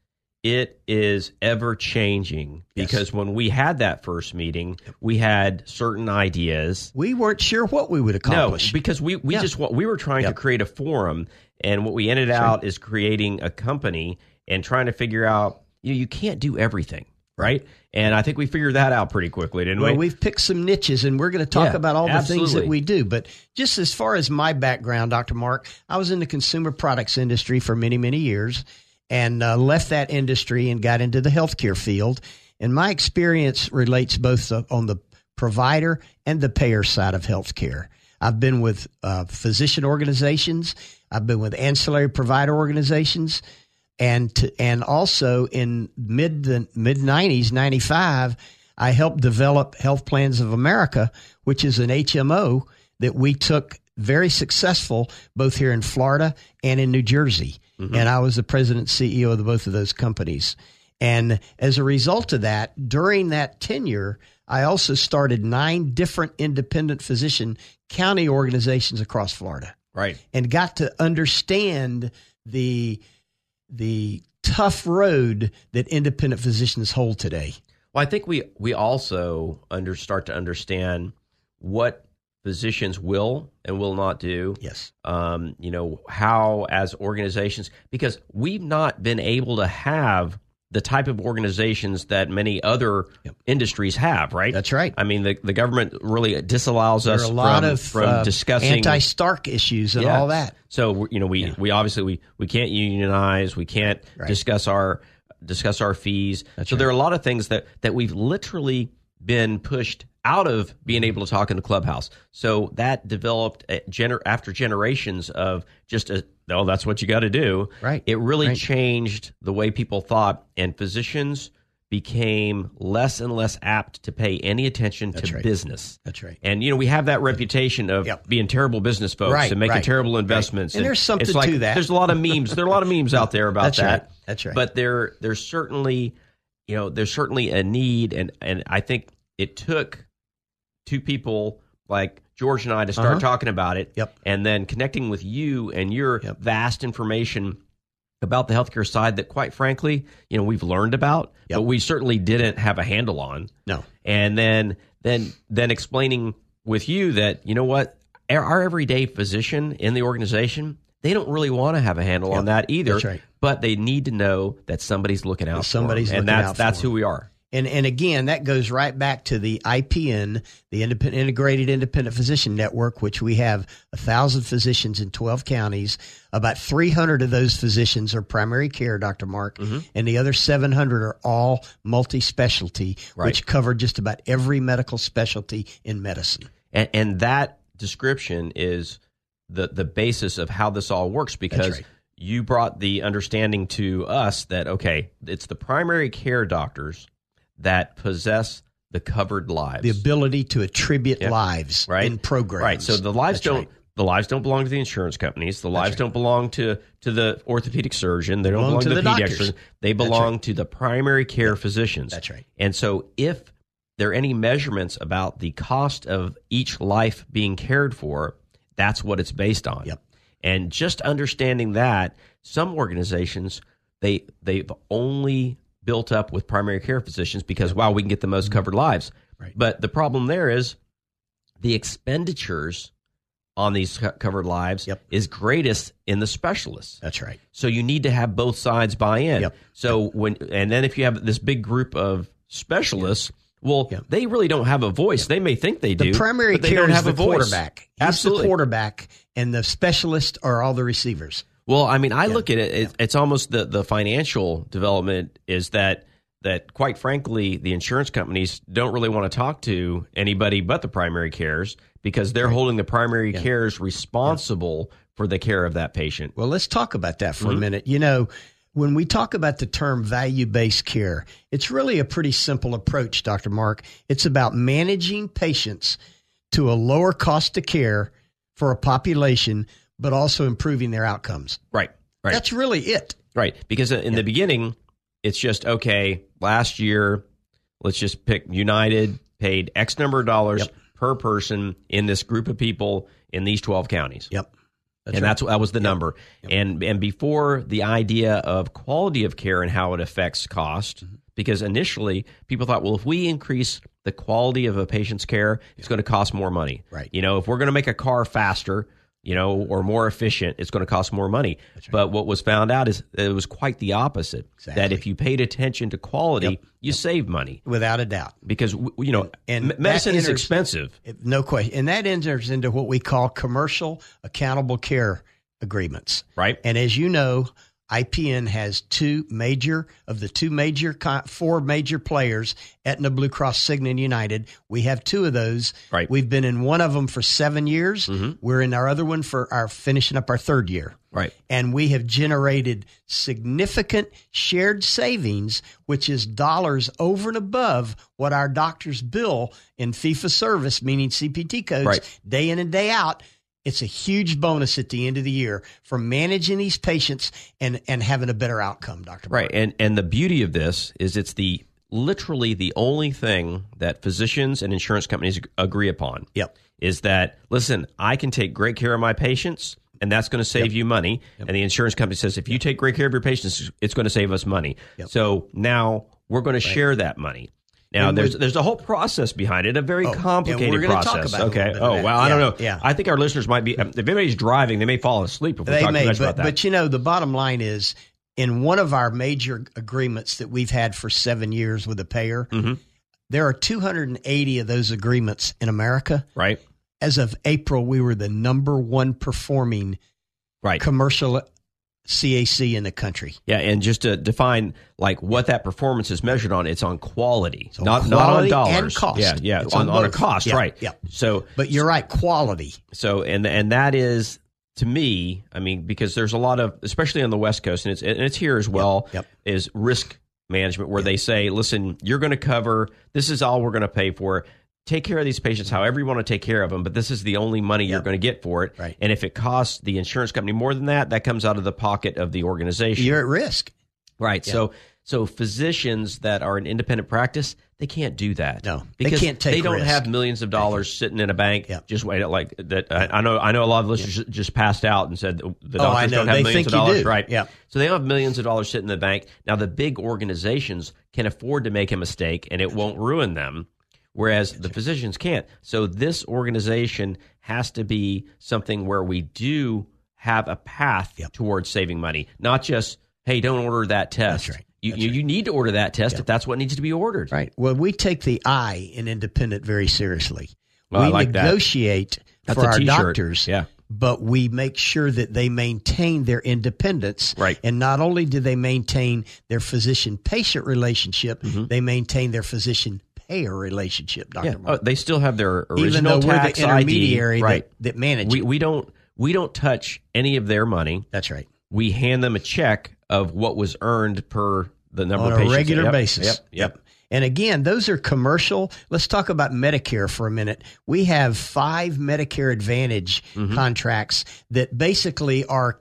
B: it is ever changing
C: Yes.
B: because when we had that first meeting, we had certain ideas.
C: We weren't sure what we would
B: No,
C: accomplish.
B: because we we
C: Yeah.
B: just what we were trying
C: Yep.
B: to create a forum, and what we ended out is creating a company and trying to figure out you know, you can't do everything, right? And I think we figured that out pretty quickly, didn't
C: Well,
B: we?
C: we've picked some niches and we're going to talk
B: Yeah,
C: about all the things that
B: absolutely.
C: we do. But just as far as my background, Dr. Mark, I was in the consumer products industry for many, many years and uh, left that industry and got into the healthcare field. And my experience relates both the- on the provider and the payer side of healthcare. I've been with uh, physician organizations, I've been with ancillary provider organizations and to, and also in mid the mid 90s 95 i helped develop health plans of america which is an hmo that we took very successful both here in florida and in new jersey and i was the president ceo of the, both of those companies and as a result of that during that tenure i also started nine different independent physician county organizations across florida
B: right.
C: and got to understand the the tough road that independent physicians hold today.
B: Well, I think we we also under start to understand what physicians will and will not do.
C: Yes.
B: Um, you know how as organizations because we've not been able to have the type of organizations that many other industries have. Right.
C: That's right.
B: I mean, the, the government really disallows
C: There are
B: us
C: a lot
B: from,
C: of
B: from
C: uh,
B: discussing
C: anti-Stark issues and
B: Yes.
C: all that.
B: So we- you know, we we obviously we we can't unionize, we can't
C: Right.
B: discuss our discuss our fees. so there are a lot of things that that we've literally been pushed out of being able to talk in the clubhouse. So that developed at gener- after generations of just a oh that's what you got to do.
C: Right.
B: It really
C: Right.
B: changed the way people thought and physicians became less and less apt to pay any attention to
C: right.
B: business.
C: That's right.
B: And you know we have that reputation of
C: Yep.
B: being terrible business folks
C: Right,
B: and making
C: right,
B: terrible
C: right.
B: investments.
C: And there's
B: it's
C: something
B: like-
C: to that.
B: There's a lot of memes. There are a lot of memes out there about
C: That's
B: that.
C: right. That's right.
B: But there, there's certainly, you know, there's certainly a need, and and I think it took two people like George and I to start
C: Uh-huh.
B: talking about it.
C: Yep.
B: And then connecting with you and your
C: Yep.
B: vast information about the healthcare side that, quite frankly, you know, we've learned about,
C: Yep.
B: but we certainly didn't have a handle on
C: No.
B: and then then then explaining with you that you know what our, our everyday physician in the organization they don't really want to have a handle on that either
C: that's right.
B: but they need to know that somebody's looking out for
C: somebody's
B: them, and
C: looking
B: that's
C: out for
B: that's who
C: them.
B: we are
C: And and again, that goes right back to the IPN, the Independent, Integrated Independent Physician Network, which we have a thousand physicians in twelve counties. About three hundred of those physicians are primary care, Doctor Mark,
B: Mm-hmm.
C: and the other seven hundred are all multi-specialty, which
B: Right.
C: cover just about every medical specialty in medicine.
B: and, and that description is the the basis of how this all works because
C: right.
B: you brought the understanding to us that okay it's the primary care doctors that possess the covered lives
C: The ability to attribute lives
B: right?
C: in programs.
B: Right. So the lives
C: That's
B: don't
C: right.
B: the lives don't belong to the insurance companies. The lives don't belong to to the orthopedic surgeon. They don't belong
C: Belong to
B: to, the
C: the doctors.
B: pediatrician. They belong to the primary care physicians.
C: That's right.
B: And so if there are any measurements about the cost of each life being cared for, that's what it's based on.
C: Yep.
B: And just understanding that some organizations they they've only built up with primary care physicians because wow, we can get the most covered lives.
C: Mm-hmm. Right.
B: But the problem there is the expenditures on these co- covered lives
C: Yep.
B: is greatest in the specialists.
C: That's right.
B: So you need to have both sides buy in.
C: Yep.
B: So when and then if you have this big group of specialists, well,
C: Yep.
B: they really don't have a voice. They may think they
C: The
B: do.
C: primary
B: but they
C: care
B: don't
C: is
B: have
C: the
B: a voice.
C: quarterback. He's
B: Absolutely.
C: the quarterback, and the specialists are all the receivers.
B: Well, I mean, I look at it. It's, it's almost the the financial development is that that quite frankly, the insurance companies don't really want to talk to anybody but the primary cares because they're holding the primary cares responsible for the care of that patient.
C: Well, let's talk about that for a minute. You know, When we talk about the term value based care, it's really a pretty simple approach, Dr. Mark. It's about managing patients to a lower cost of care for a population, but also improving their outcomes.
B: Right. Right.
C: That's really it.
B: Right. Because in the beginning, it's just okay, last year, let's just pick United paid X number of dollars
C: Yep.
B: per person in this group of people in these 12 counties.
C: Yep.
B: and
C: right.
B: that's that was the number. And and before the idea of quality of care and how it affects cost,
C: Mm-hmm.
B: because initially people thought, well, if we increase the quality of a patient's care, it's going to cost more money.
C: Right.
B: You know, if we're going to make a car faster, you know, or more efficient, it's going to cost more money. But what was found out is that it was quite the opposite. That
C: Exactly.
B: if you paid attention to quality, you save money
C: Without a doubt.
B: because w- you know
C: And- and
B: me- medicine
C: that
B: is
C: enters-
B: expensive.
C: It- No question. And that enters into what we call commercial accountable care agreements.
B: Right.
C: And as you know, IPN has two major of the two major con- four major players, Aetna, Blue Cross, Cigna, and United. We have two of those.
B: Right. Mm-hmm.
C: We've been in one of them for seven years. We're in our other one for our finishing up our third year
B: Right.
C: and we have generated significant shared savings, which is dollars over and above what our doctors bill in FIFA service, meaning CPT codes,
B: Right.
C: day in and day out. It's a huge bonus at the end of the year for managing these patients and, and having a better outcome, Dr.
B: Right. And and the beauty of this is it's the literally the only thing that physicians and insurance companies ag- agree upon.
C: Yep.
B: Is that listen, I can take great care of my patients and that's going to save you money. And the insurance company says if you take great care of your patients, it's going to save us money. So now we're going to share that money. Now
C: And
B: there's
C: with-
B: there's a whole process behind it, a very
C: Oh,
B: complicated
C: and we're gonna talk
B: process.
C: about a little
B: okay.
C: bit of
B: Oh
C: that.
B: well, I don't
C: Yeah,
B: know.
C: yeah.
B: I think our listeners might be. If anybody's driving, they may fall asleep if we
C: they
B: talk
C: may,
B: too much
C: but,
B: about that.
C: but you know, the bottom line is in one of our major agreements that we've had for seven years with a payer,
B: Mm-hmm.
C: there are 280 of those agreements in America.
B: right.
C: as of April, we were the number one performing
B: Right.
C: commercial CAC in the country.
B: Yeah, and just to define like what that performance is measured on, it's on quality,
C: on
B: not
C: quality
B: not on dollars.
C: and cost.
B: Yeah, yeah,
C: It's
B: on,
C: on
B: on a
C: both.
B: cost,
C: Yeah,
B: right?
C: yeah.
B: So
C: But you're right, quality.
B: so and and that is to me, I mean, because there's a lot of especially on the West Coast, and it's and it's here as well.
C: yep.
B: Is risk management where they say, listen, you're going to cover. This is all we're going to pay for. Take care of these patients however you want to take care of them, but this is the only money you're
C: Yep.
B: going to get for it.
C: Right.
B: And if it costs the insurance company more than that, that comes out of the pocket of the organization.
C: You're at risk.
B: Right. So so physicians that are an independent practice, they can't do that.
C: No, they
B: because
C: can't take
B: They don't
C: risk.
B: have millions of dollars sitting in a bank.
C: Yeah.
B: Just wait. Like that. I, I know. I know a lot of listeners ju- just passed out and said the doctors
C: Oh, I know.
B: don't have
C: They
B: millions
C: think
B: of
C: you
B: dollars.
C: do.
B: Right.
C: Yeah.
B: So they don't have millions of dollars sitting in the bank. Now the big organizations can afford to make a mistake, and it won't ruin them. Whereas the physicians can't. So this organization has to be something where we do have a path towards saving money, not just hey, don't order that test.
C: That's right.
B: You, you, you need to order that test if that's what needs to be ordered.
C: Right. Well, we take the I in independent very seriously.
B: Well,
C: we
B: I like that.
C: negotiate
B: That's
C: for
B: a
C: our
B: t-shirt.
C: doctors.
B: Yeah.
C: But we make sure that they maintain their independence.
B: Right.
C: And not only do they maintain their physician patient relationship, they maintain their physician payer relationship, Dr.
B: Mm-hmm. Yeah.
C: Mark.
B: Oh, they still have their original
C: Even though we're
B: tax
C: the intermediary
B: ID.
C: that,
B: Right.
C: that manage
B: We,
C: it.
B: we don't we don't touch any of their money.
C: That's right.
B: We hand them a check of what was earned per the number
C: on
B: of
C: a
B: patients.
C: regular
B: Yep,
C: basis.
B: Yep. Yep.
C: And again, those are commercial. Let's talk about Medicare for a minute. We have five Medicare Advantage
B: Mm-hmm.
C: contracts that basically are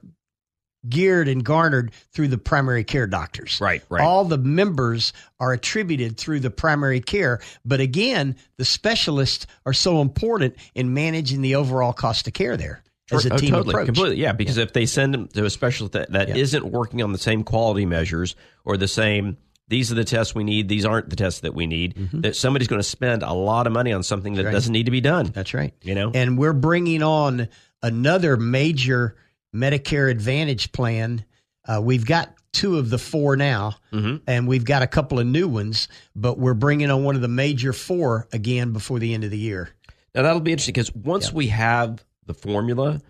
C: geared and garnered through the primary care doctors.
B: Right, right.
C: All the members are attributed through the primary care, but again, the specialists are so important in managing the overall cost of care there as a
B: Oh,
C: team
B: totally,
C: approach.
B: completely, yeah. Because if they send them to a specialist that, that not working on the same quality measures or the same, these are the tests we need. These aren't the tests that we need.
C: Mm-hmm.
B: That somebody's going to spend a lot of money on something that doesn't need to be done.
C: That's right.
B: You know?
C: and we're bringing on another major Medicare Advantage plan. Uh, we've got two of the four now,
B: Mm-hmm.
C: and we've got a couple of new ones, but we're bringing on one of the major four again before the end of the year.
B: Now that'll be interesting because once we have the formula,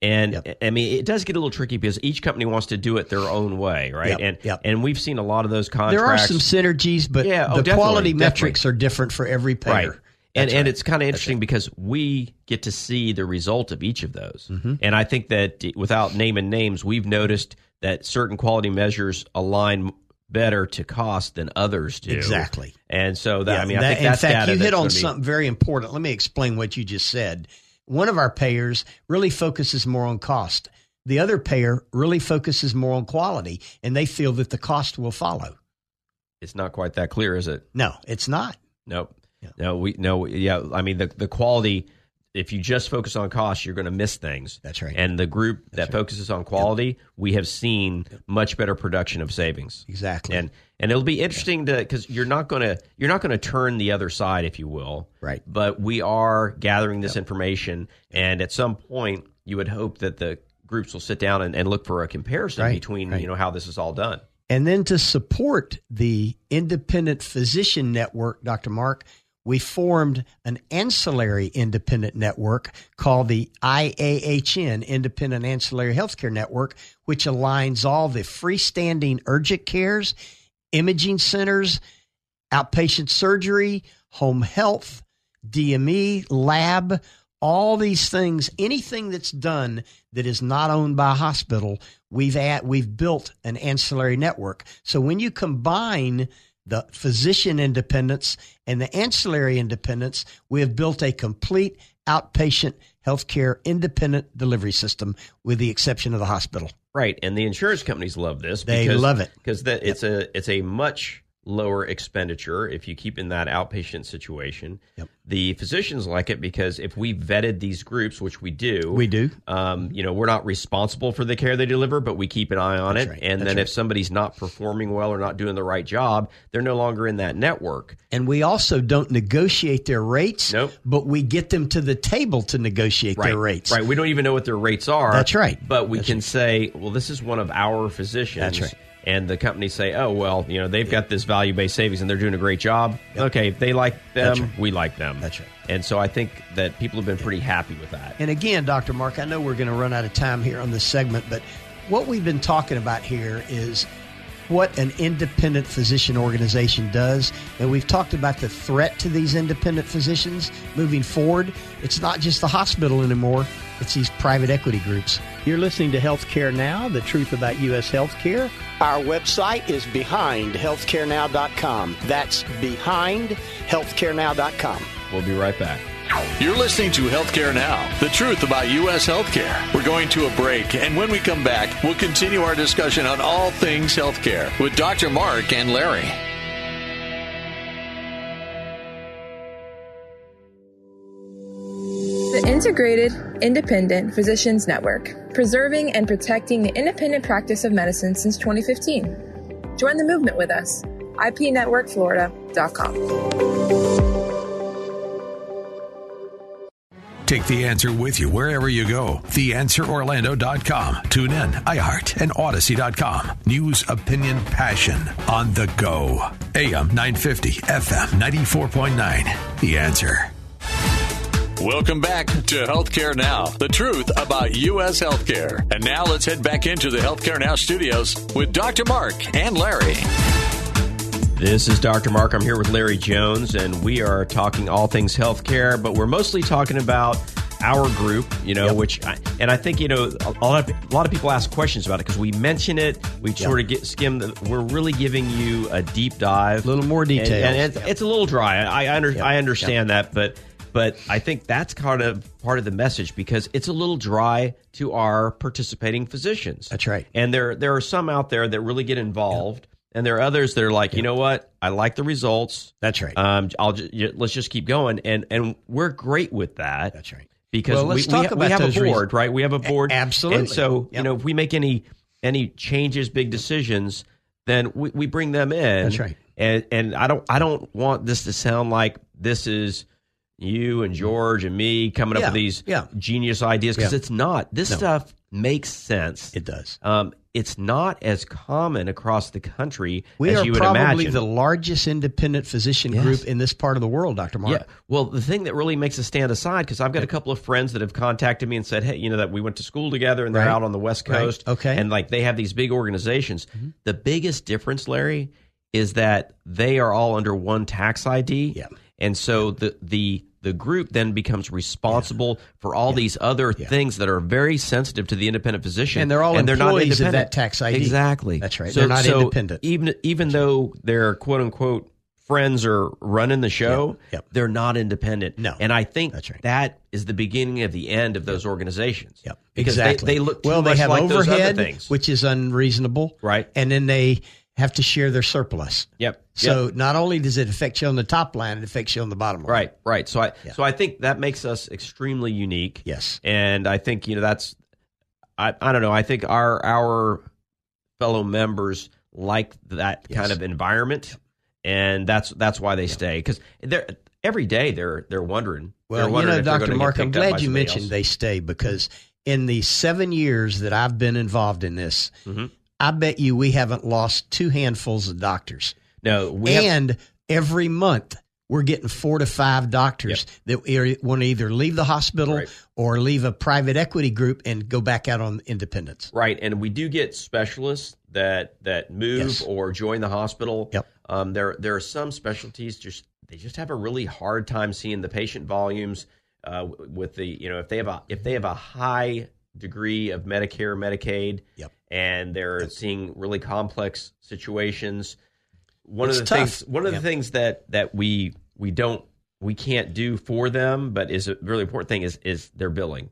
B: and
C: Yep.
B: I mean it does get a little tricky because each company wants to do it their own way, right?
C: Yep,
B: And
C: yep.
B: and we've seen a lot of those
C: There are
B: contracts.
C: some synergies, but
B: Yeah, oh,
C: the
B: definitely,
C: quality
B: definitely.
C: metrics are different for every
B: right.
C: payer.
B: and and it's kind of interesting because we get to see the result of each of those.
C: Mm-hmm.
B: And I think that without naming names, we've noticed that certain quality measures align better to cost than others do.
C: Exactly.
B: And so that I
C: Yeah,
B: mean I
C: that-
B: think that's
C: in fact,
B: data
C: you hit
B: that's
C: on
B: gonna be-
C: something very important. Let me explain what you just said. One of our payers really focuses more on cost. The other payer really focuses more on quality, and they feel that the cost will follow.
B: It's not quite that clear, is it?
C: No, it's not.
B: Nope. No, we no yeah. I mean the the quality. If you just focus on cost, you're going to miss things.
C: That's right.
B: And the group that focuses on quality, we have seen much better production of savings.
C: Exactly.
B: And and it'll be interesting to because you're not going to you're not going to turn the other side, if you will.
C: Right.
B: But we are gathering this information, and at some point, you would hope that the groups will sit down and, and look for a comparison
C: Right,
B: between
C: right.
B: you know how this is all done.
C: And then to support the independent physician network, Dr. Mark, we formed an ancillary independent network called the IAHN, Independent Ancillary Healthcare Network, which aligns all the freestanding urgent cares, imaging centers, outpatient surgery, home health, DME, E, lab, all these things, anything that's done that is not owned by a hospital, we've at, we've built an ancillary network. So when you combine the physician independence and the ancillary independence, we have built a complete outpatient healthcare independent delivery system with the exception of the hospital.
B: Right, and the insurance companies love this.
C: They love it.
B: because that it's a it's a much lower expenditure if you keep in that outpatient situation.
C: Yep.
B: The physicians like it because if we vetted these groups, which we do,
C: We do.
B: Um, you know, we're not responsible for the care they deliver, but we keep an eye on
C: That's
B: it.
C: right.
B: And
C: That's
B: then
C: right.
B: if somebody's not performing well or not doing the right job, they're no longer in that network.
C: And we also don't negotiate their rates,
B: Nope.
C: but we get them to the table to negotiate their rates.
B: Right. We don't even know what their rates are.
C: That's right.
B: But we can say, well, this is one of our physicians.
C: That's right.
B: And the companies say, oh, well, you know, they've got this value based savings and they're doing a great job. Okay. If they like them,
C: That's right.
B: we like them.
C: That's right.
B: And so I think that people have been pretty happy with that.
C: And again, Dr. Mark, I know we're going to run out of time here on this segment, but what we've been talking about here is what an independent physician organization does. And we've talked about the threat to these independent physicians moving forward. It's not just the hospital anymore, it's these private equity groups. You're listening to Healthcare Now, the truth about U.S. healthcare. Our website is behindhealthcarenow.com. That's behindhealthcarenow.com.
B: We'll be right back.
D: You're listening to Healthcare Now, the truth about U.S. healthcare. We're going to a break, and when we come back, we'll continue our discussion on all things healthcare with Dr. Mark and Larry.
E: The Integrated Independent Physicians Network, preserving and protecting the independent practice of medicine since 2015. Join the movement with us. IPNetworkFlorida.com.
A: Take the answer with you wherever you go. TheAnswerOrlando.com. Tune in, iHeart, and Odyssey.com. News, opinion, passion on the go. AM 950, FM 94.9. The answer.
D: Welcome back to Healthcare Now, the truth about U.S. healthcare. And now let's head back into the Healthcare Now studios with Dr. Mark and Larry.
B: This is Dr. Mark. I'm here with Larry Jones, and we are talking all things healthcare, but we're mostly talking about our group, you know, which, I, and I think, you know, a a lot of, a lot of people ask questions about it because we mention it, we sort of get skim, the, we're really giving you a deep dive. A
C: Little more details.
B: And, it's, it's a little dry. I, I, under, I understand that, but, but I think that's kind of part of the message because it's a little dry to our participating physicians.
C: That's right.
B: And there there are some out there that really get involved, and there are others that are like, you know what, I like the results.
C: That's right.
B: Um, I'll ju- y- let's just keep going, and and we're great with that.
C: That's right.
B: Because
C: Well,
B: we,
C: let's
B: we
C: talk
B: ha- we
C: about
B: have
C: those
B: a
C: reasons.
B: board, right? We have a board,
C: absolutely.
B: And so you
C: Yep.
B: know, if we make any any changes, big decisions, then we, we bring them in.
C: That's right.
B: And and I don't I don't want this to sound like this is you and George and me coming up
C: Yeah,
B: with these
C: yeah.
B: genius ideas because
C: Yeah.
B: it's not. This
C: No.
B: stuff makes sense.
C: It does.
B: Um, it's not as common across the country
C: We
B: as
C: are
B: you would
C: probably
B: imagine.
C: the largest independent physician
B: Yes.
C: group in this part of the world, Dr. Mark.
B: yeah. Well, the thing that really makes us stand aside because I've got a couple of friends that have contacted me and said, "Hey, you know that we went to school together and they're
C: Right.
B: out on the West
C: Right.
B: Coast,
C: Okay. Mm-hmm.
B: and like they have these big organizations." The biggest difference, Larry, is that they are all under one tax ID.
C: Yeah.
B: and so the the the group then becomes responsible for all these other things that are very sensitive to the independent physician,
C: And they're all employees of that
B: independent.
C: tax ID.
B: Exactly,
C: That's right. They're not independent.
B: Even even though their quote unquote friends are running the show,
C: Yep, yep.
B: they're not independent.
C: No,
B: and I think
C: that's right.
B: that is the beginning of the end of those organizations.
C: Yep,
B: because they-
C: exactly.
B: they, look too
C: well.
B: much
C: they have
B: like those other
C: overhead,
B: things.
C: which is unreasonable,
B: Right.
C: And then they have to share their surplus.
B: Yep.
C: So
B: Yep.
C: not only does it affect you on the top line, it affects you on the bottom line.
B: Right, right. So I so I think that makes us extremely unique.
C: Yes.
B: And I think, you know, that's I I don't know, I think our our fellow members like that
C: Yes.
B: kind of environment and that's that's why they stay cuz they're every day they're they're wondering. they're
C: Well, you
B: wondering
C: know,
B: if they're
C: Dr.
B: gonna get
C: Mark, I'm
B: picked up by
C: glad you
B: somebody
C: mentioned
B: else.
C: they stay because in the seven years that I've been involved in this,
B: Mm-hmm.
C: I bet you we haven't lost two handfuls of doctors.
B: No, we have,
C: and every month we're getting four to five doctors that want to either leave the hospital
B: Right.
C: or leave a private equity group and go back out on independence.
B: Right, and we do get specialists that that move
C: Yes.
B: or join the hospital.
C: Yep.
B: Um, there there are some specialties just they just have a really hard time seeing the patient volumes uh, w- with the you know if they have a if they have a high degree of Medicare Medicaid.
C: Yep.
B: And they're seeing really complex situations. One
C: It's
B: of the
C: tough.
B: things one of the things that that we we don't we can't do for them, but is a really important thing is is their billing.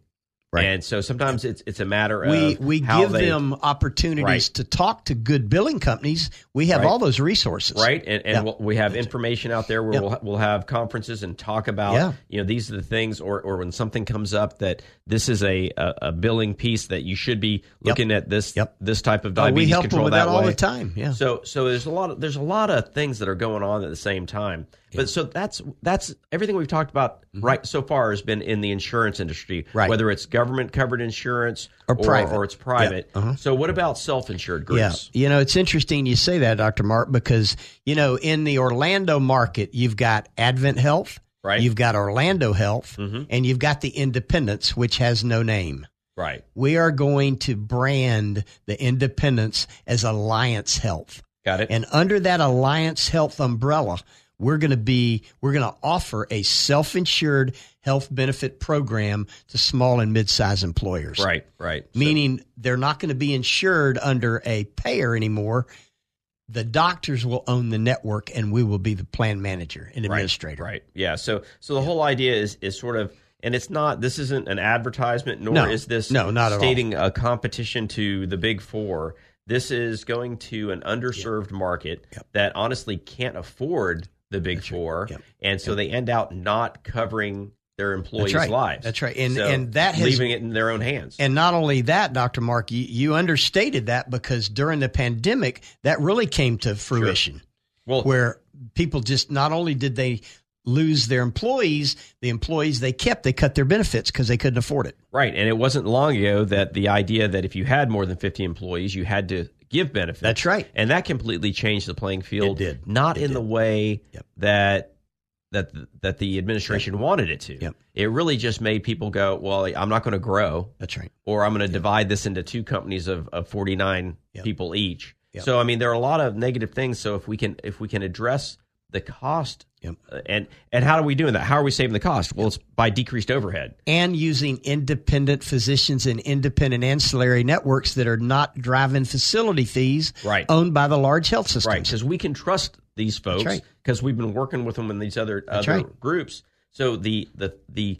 C: Right.
B: And so sometimes it's it's a matter
C: We
B: of
C: we
B: how
C: give
B: they-
C: them opportunities
B: Right.
C: to talk to good billing companies. We have
B: Right.
C: all those resources.
B: right and, and
C: Yeah.
B: we'll, we have information out there where
C: Yeah.
B: we'll, we'll have conferences and talk about
C: Yeah.
B: you know these are the things or, or when something comes up that this is a, a, a billing piece that you should be looking at this
C: Yep.
B: this type of
C: Oh,
B: diabetes
C: we help them
B: control
C: with
B: that
C: that, all
B: way.
C: the time. Yeah.
B: so so there's a lot of there's a lot of things that are going on at the same time but so that's that's everything we've talked about right so far has been in the insurance industry
C: Mm-hmm. Right.
B: whether it's government covered insurance
C: Or private. Uh-huh.
B: or it's private so what about self-insured groups
C: Yeah. You know, it's interesting you say that, Dr. Mark, because, you know, in the Orlando market, you've got Advent Health,
B: Right. Mm-hmm.
C: you've got Orlando Health, and you've got the Independence, which has no name.
B: right
C: We are going to brand the Independence as Alliance Health.
B: got it
C: And under that Alliance Health umbrella, we're going to be we're going to offer a self-insured health benefit program to small and mid-sized employers
B: right right So-
C: meaning they're not going to be insured under a payer anymore. The doctors will own the network, and we will be the plan manager and administrator.
B: Right. Yeah. So so the whole idea is is sort of and it's not this isn't an advertisement nor
C: No.
B: is this
C: No, not at all.
B: stating a competition to the big 4. This is going to an underserved market that honestly can't afford the big 4
C: Yep.
B: and so they end out not covering their employees'
C: right.
B: lives.
C: That's right. And-
B: So
C: and that has-
B: leaving it in their own hands.
C: And not only that, Dr. Mark, you, you understated that because during the pandemic, that really came to fruition.
B: well,
C: where people just not only did they lose their employees, the employees they kept, they cut their benefits because they couldn't afford it.
B: Right, and it wasn't long ago that the idea that if you had more than 50 employees, you had to give benefits.
C: That's right.
B: And that completely changed the playing field.
C: It did.
B: Not
C: It
B: in the
C: did.
B: way
C: Yep.
B: that that that the administration wanted it to.
C: Yep.
B: It really just made people go, "Well, I'm not going to grow
C: That's right.
B: or I'm going to divide this into two companies of, of 49
C: Yep.
B: people each.
C: Yep.
B: So I mean, there are a lot of negative things. So if we can if we can address the cost
C: Yep.
B: uh, and and how are we doing that? How are we saving the cost? Well, it's by decreased overhead.
C: and using independent physicians and independent ancillary networks that are not driving facility fees
B: Right.
C: owned by the large health
B: Right,
C: systems.
B: because we can trust these folks
C: right.
B: because we've been working with them in these other
C: That's
B: other
C: right.
B: groups. So the the the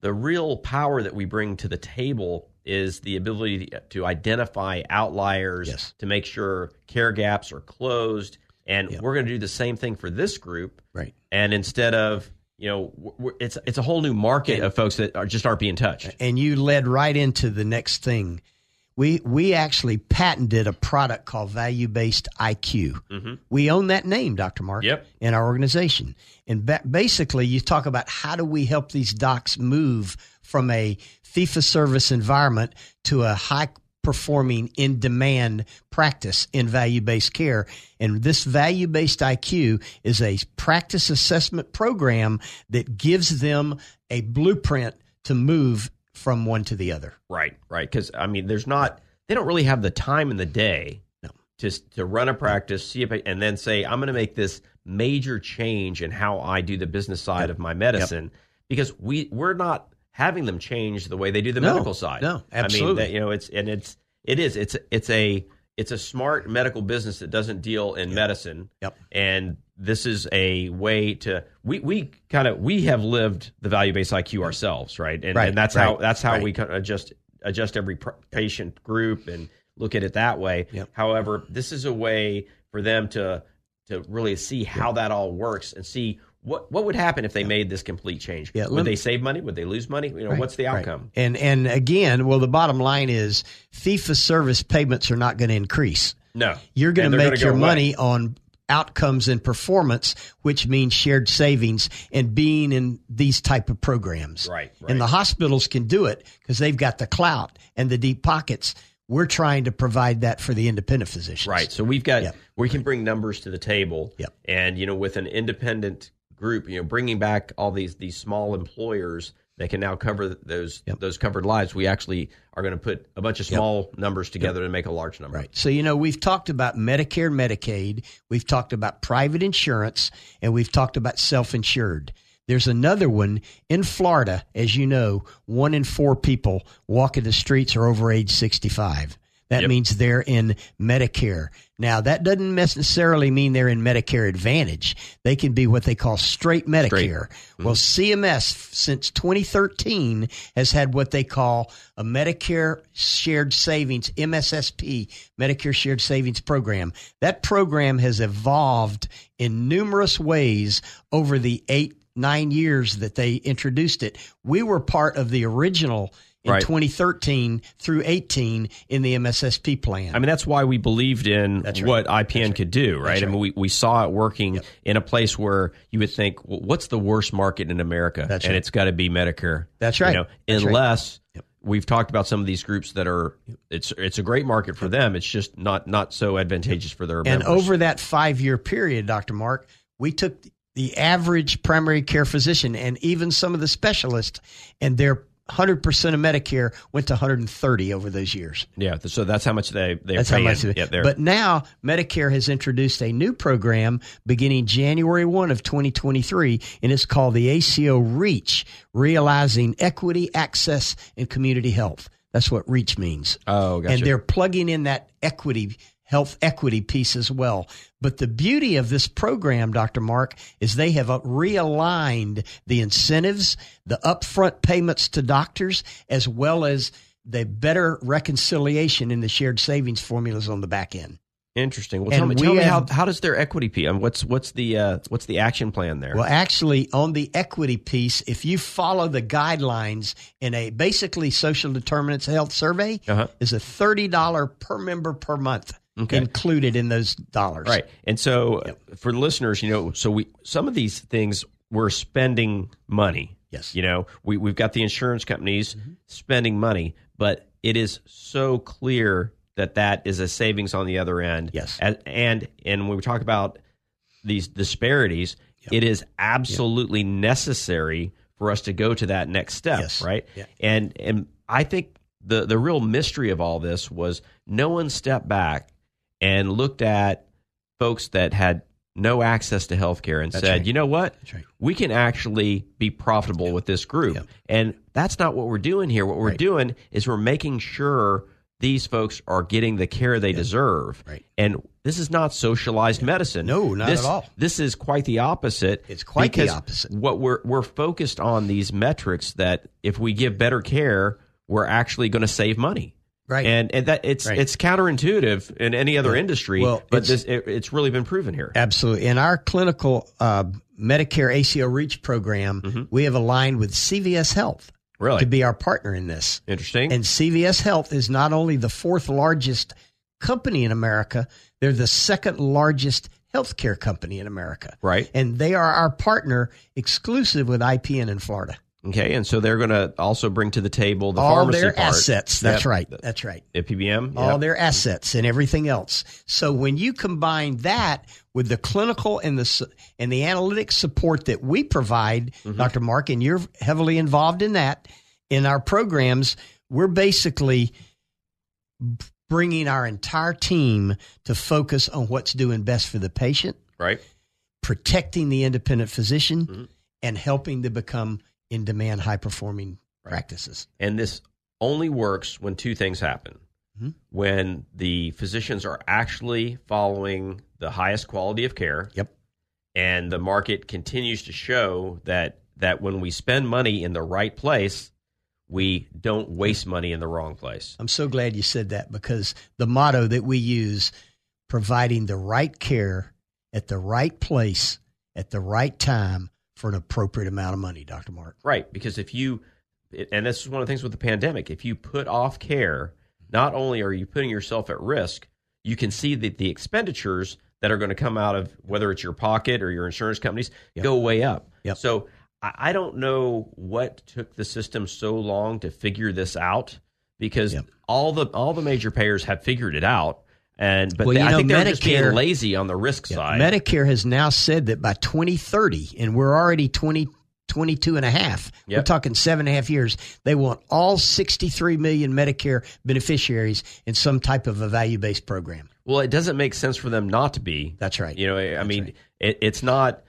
B: the real power that we bring to the table is the ability to identify outliers
C: Yes.
B: to make sure care gaps are closed, and we're going to do the same thing for this group.
C: Right.
B: And instead of you know, we're, it's it's a whole new market of folks that are just aren't being touched.
C: And you led right into the next thing. We we actually patented a product called value based IQ. We own that name, Dr. Mark,
B: Yep.
C: in our organization. And ba- basically, you talk about how do we help these docs move from a fee for service environment to a high performing in demand practice in value based care. And this value based IQ is a practice assessment program that gives them a blueprint to move from one to the other.
B: Right, right. Because I mean, there's not they don't really have the time in the day to to run a practice, see if I, and then say I'm going to make this major change in how I do the business side of my medicine because we we're not having them change the way they do the
C: No,
B: medical side.
C: no,
B: I mean,
C: absolutely.
B: that, you know, it's and it's it is it's it's a it's a smart medical business that doesn't deal in medicine.
C: Yep.
B: And this is a way to we we kind of we have lived the value based IQ ourselves, right? And,
C: Mm-hmm. Right,
B: and that's how
C: right,
B: that's how
C: right.
B: we kind of adjust adjust every pr- patient group and look at it that way.
C: Yep.
B: However, this is a way for them to to really see how that all works and see what what would happen if they made this complete change.
C: Yeah,
B: would
C: lem-
B: they save money? Would they lose money? You know,
C: Right,
B: what's the
C: right.
B: outcome?
C: And and again, well, the bottom line is FIFA service payments are not going to increase.
B: No,
C: You're going
B: And
C: to
B: they're
C: make
B: gonna go
C: your
B: away.
C: money on outcomes and performance, which means shared savings and being in these type of programs.
B: Right, right.
C: And the hospitals can do it because they've got the clout and the deep pockets. We're trying to provide that for the independent physicians.
B: Right. So we've got
C: Yep.
B: we can bring numbers to the table.
C: Yep.
B: And you know, with an independent group, you know, bringing back all these these small employers that can now cover th- those
C: Yep.
B: those covered lives, we actually are going to put a bunch of small numbers together to make a large number.
C: Right. So, you know, we've talked about Medicare, Medicaid, we've talked about private insurance, and we've talked about self insured. There's another one in Florida, as you know, one in four people walking the streets are over age 65. That
B: Yep.
C: means they're in Medicare. Now, that doesn't necessarily mean they're in Medicare Advantage. They can be what they call straight Medicare.
B: Mm-hmm.
C: Well, CMS f- since 2013 has had what they call a Medicare Shared Savings MSSP, Medicare Shared Savings Program. That program has evolved in numerous ways over the eight, nine years that they introduced it. We were part of the original in
B: Right.
C: 2013 through 18 in the MSSP plan.
B: I mean, that's why we believed in what IPN could do, right? I mean, we, we saw it working in a place where you would think, well, what's the worst market in America?
C: That's
B: and
C: right.
B: it's got to be Medicare.
C: That's
B: You
C: right.
B: know,
C: That's right.
B: unless we've talked about some of these groups that are, it's it's a great market for them. It's just not not so advantageous for their
C: And
B: members.
C: over that five year period, Dr. Mark, we took the average primary care physician and even some of the specialists, and their 100% of Medicare went to 130 over those years.
B: yeah, th- so that's how much they they
C: That's how much of it.
B: Yeah, they're-
C: but now Medicare has introduced a new program beginning January 1 of 2023, and it's called the ACO REACH, Realizing Equity, Access, and Community Health. That's what REACH means.
B: oh, gotcha.
C: And they're plugging in that equity, health equity piece as well. But the beauty of this program, Dr. Mark, is they have uh, realigned the incentives, the upfront payments to doctors, as well as the better reconciliation in the shared savings formulas on the back end.
B: interesting. Well,
C: and
B: tell me,
C: we
B: tell me
C: have-
B: how, how does their equity p? And what's what's the uh, what's the action plan there?
C: Well, actually, on the equity piece, if you follow the guidelines in a basically social determinants of health survey,
B: Uh-huh.
C: is a thirty dollar per member per month
B: Okay.
C: included in those dollars.
B: Right. And so uh, for the listeners, you know, so we some of these things we're spending money.
C: Yes. Mm-hmm.
B: You know, we we've got the insurance companies spending money, but it is so clear that that is a savings on the other end.
C: Yes.
B: And and, and when we talk about these disparities, it is absolutely necessary for us to go to that next step,
C: Yes.
B: right?
C: Yeah.
B: And and I think the the real mystery of all this was no one stepped back and looked at folks that had no access to health care and said,
C: right.
B: you know what?
C: That's right.
B: We can actually be profitable with this group.
C: Yeah.
B: And that's not what we're doing here. What we're
C: Right.
B: doing is we're making sure these folks are getting the care they deserve.
C: Right.
B: And this is not socialized medicine.
C: No, not at
B: This-
C: all.
B: This is quite the opposite.
C: It's quite the
B: because
C: opposite.
B: What we're we're focused on these metrics that if we give better care, we're actually going to save money.
C: Right.
B: And, and that it's
C: Right.
B: it's counterintuitive in any other industry.
C: Well,
B: but this
C: it's-
B: it, it's really been proven here.
C: Absolutely. In our clinical uh, Medicare ACO REACH program,
B: Mm-hmm.
C: we have aligned with CVS Health
B: Really
C: to be our partner in this.
B: interesting.
C: And CVS Health is not only the fourth largest company in America, they're the second largest healthcare company in America.
B: Right.
C: And they are our partner exclusive with IPN in Florida.
B: okay, and so they're going to also bring to the table the
C: All
B: pharmacy
C: their
B: part.
C: assets. That's
B: Yep.
C: right. That's right.
B: At PBM.
C: all
B: Yep.
C: their assets and everything else. So when you combine that with the clinical and the s- and the analytic support that we provide, Dr. Mark, and you're heavily involved in that in our programs, we're basically b- bringing our entire team to focus on what's doing best for the patient
B: right.
C: protecting the independent physician and helping to become in demand, high performing practices.
B: And this only works when two things happen.
C: Mm-hmm.
B: When the physicians are actually following the highest quality of care,
C: Yep.
B: and the market continues to show that that when we spend money in the right place, we don't waste money in the wrong place.
C: I'm so glad you said that because the motto that we use providing the right care at the right place at the right time for an appropriate amount of money, Dr. Mark.
B: Right, because if you and this is one of the things with the pandemic, if you put off care, not only are you putting yourself at risk, you can see that the expenditures that are going to come out of whether it's your pocket or your insurance companies go way up.
C: Yep.
B: So I, I don't know what took the system so long to figure this out because
C: Yep.
B: all the all the major payers have figured it out. And but
C: Well,
B: they-
C: you
B: I
C: know,
B: think they're just being
C: Medicare-
B: lazy on the risk side.
C: Medicare has now said that by 2030, and we're already 20, 22 and a half, we're
B: Yep.
C: talking seven and a half years, they want all 63 million Medicare beneficiaries in some type of a value based program.
B: Well, it doesn't make sense for them not to be.
C: That's right.
B: You know, I I mean, it, it's not.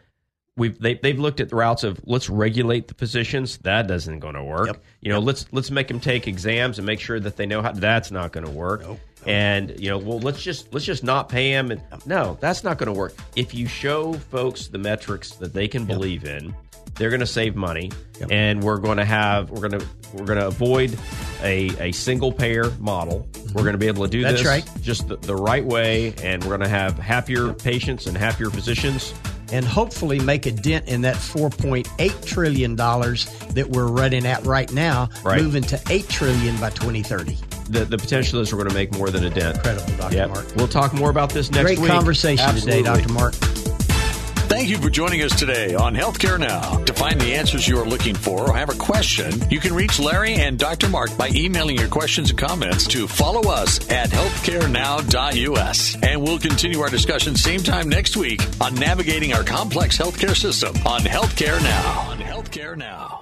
B: We've they, they've looked at the routes of let's regulate the physicians. That doesn't going to work.
C: Yep.
B: You know, let's let's make them take exams and make sure that they know how. That's not going to work. And you know, well, let's just let's just not pay them. And no, that's not going to work. If you show folks the metrics that they can believe in, they're going to save money,
C: Yep.
B: and we're going to have we're going to we're going to avoid a, a single payer model.
C: Mm-hmm.
B: We're going to be able to do
C: That's
B: this
C: right.
B: just the, the right way, and we're going to have happier patients and happier physicians.
C: and hopefully make a dent in that $4.8 trillion that we're running at right now,
B: Right.
C: moving to $8 trillion by 2030.
B: The, the potential is we're going to make more than a dent.
C: Incredible, Dr.
B: Yep.
C: Mark.
B: We'll talk more about this next
C: Great
B: week.
C: conversation today,
B: Absolutely.
C: Dr. Mark.
D: Thank you for joining us today on Healthcare Now. To find the answers you are looking for or have a question, you can reach Larry and Dr. Mark by emailing your questions and comments to follow us at healthcarenow.us. And we'll continue our discussion same time next week on navigating our complex healthcare system on Healthcare Now. On Healthcare Now.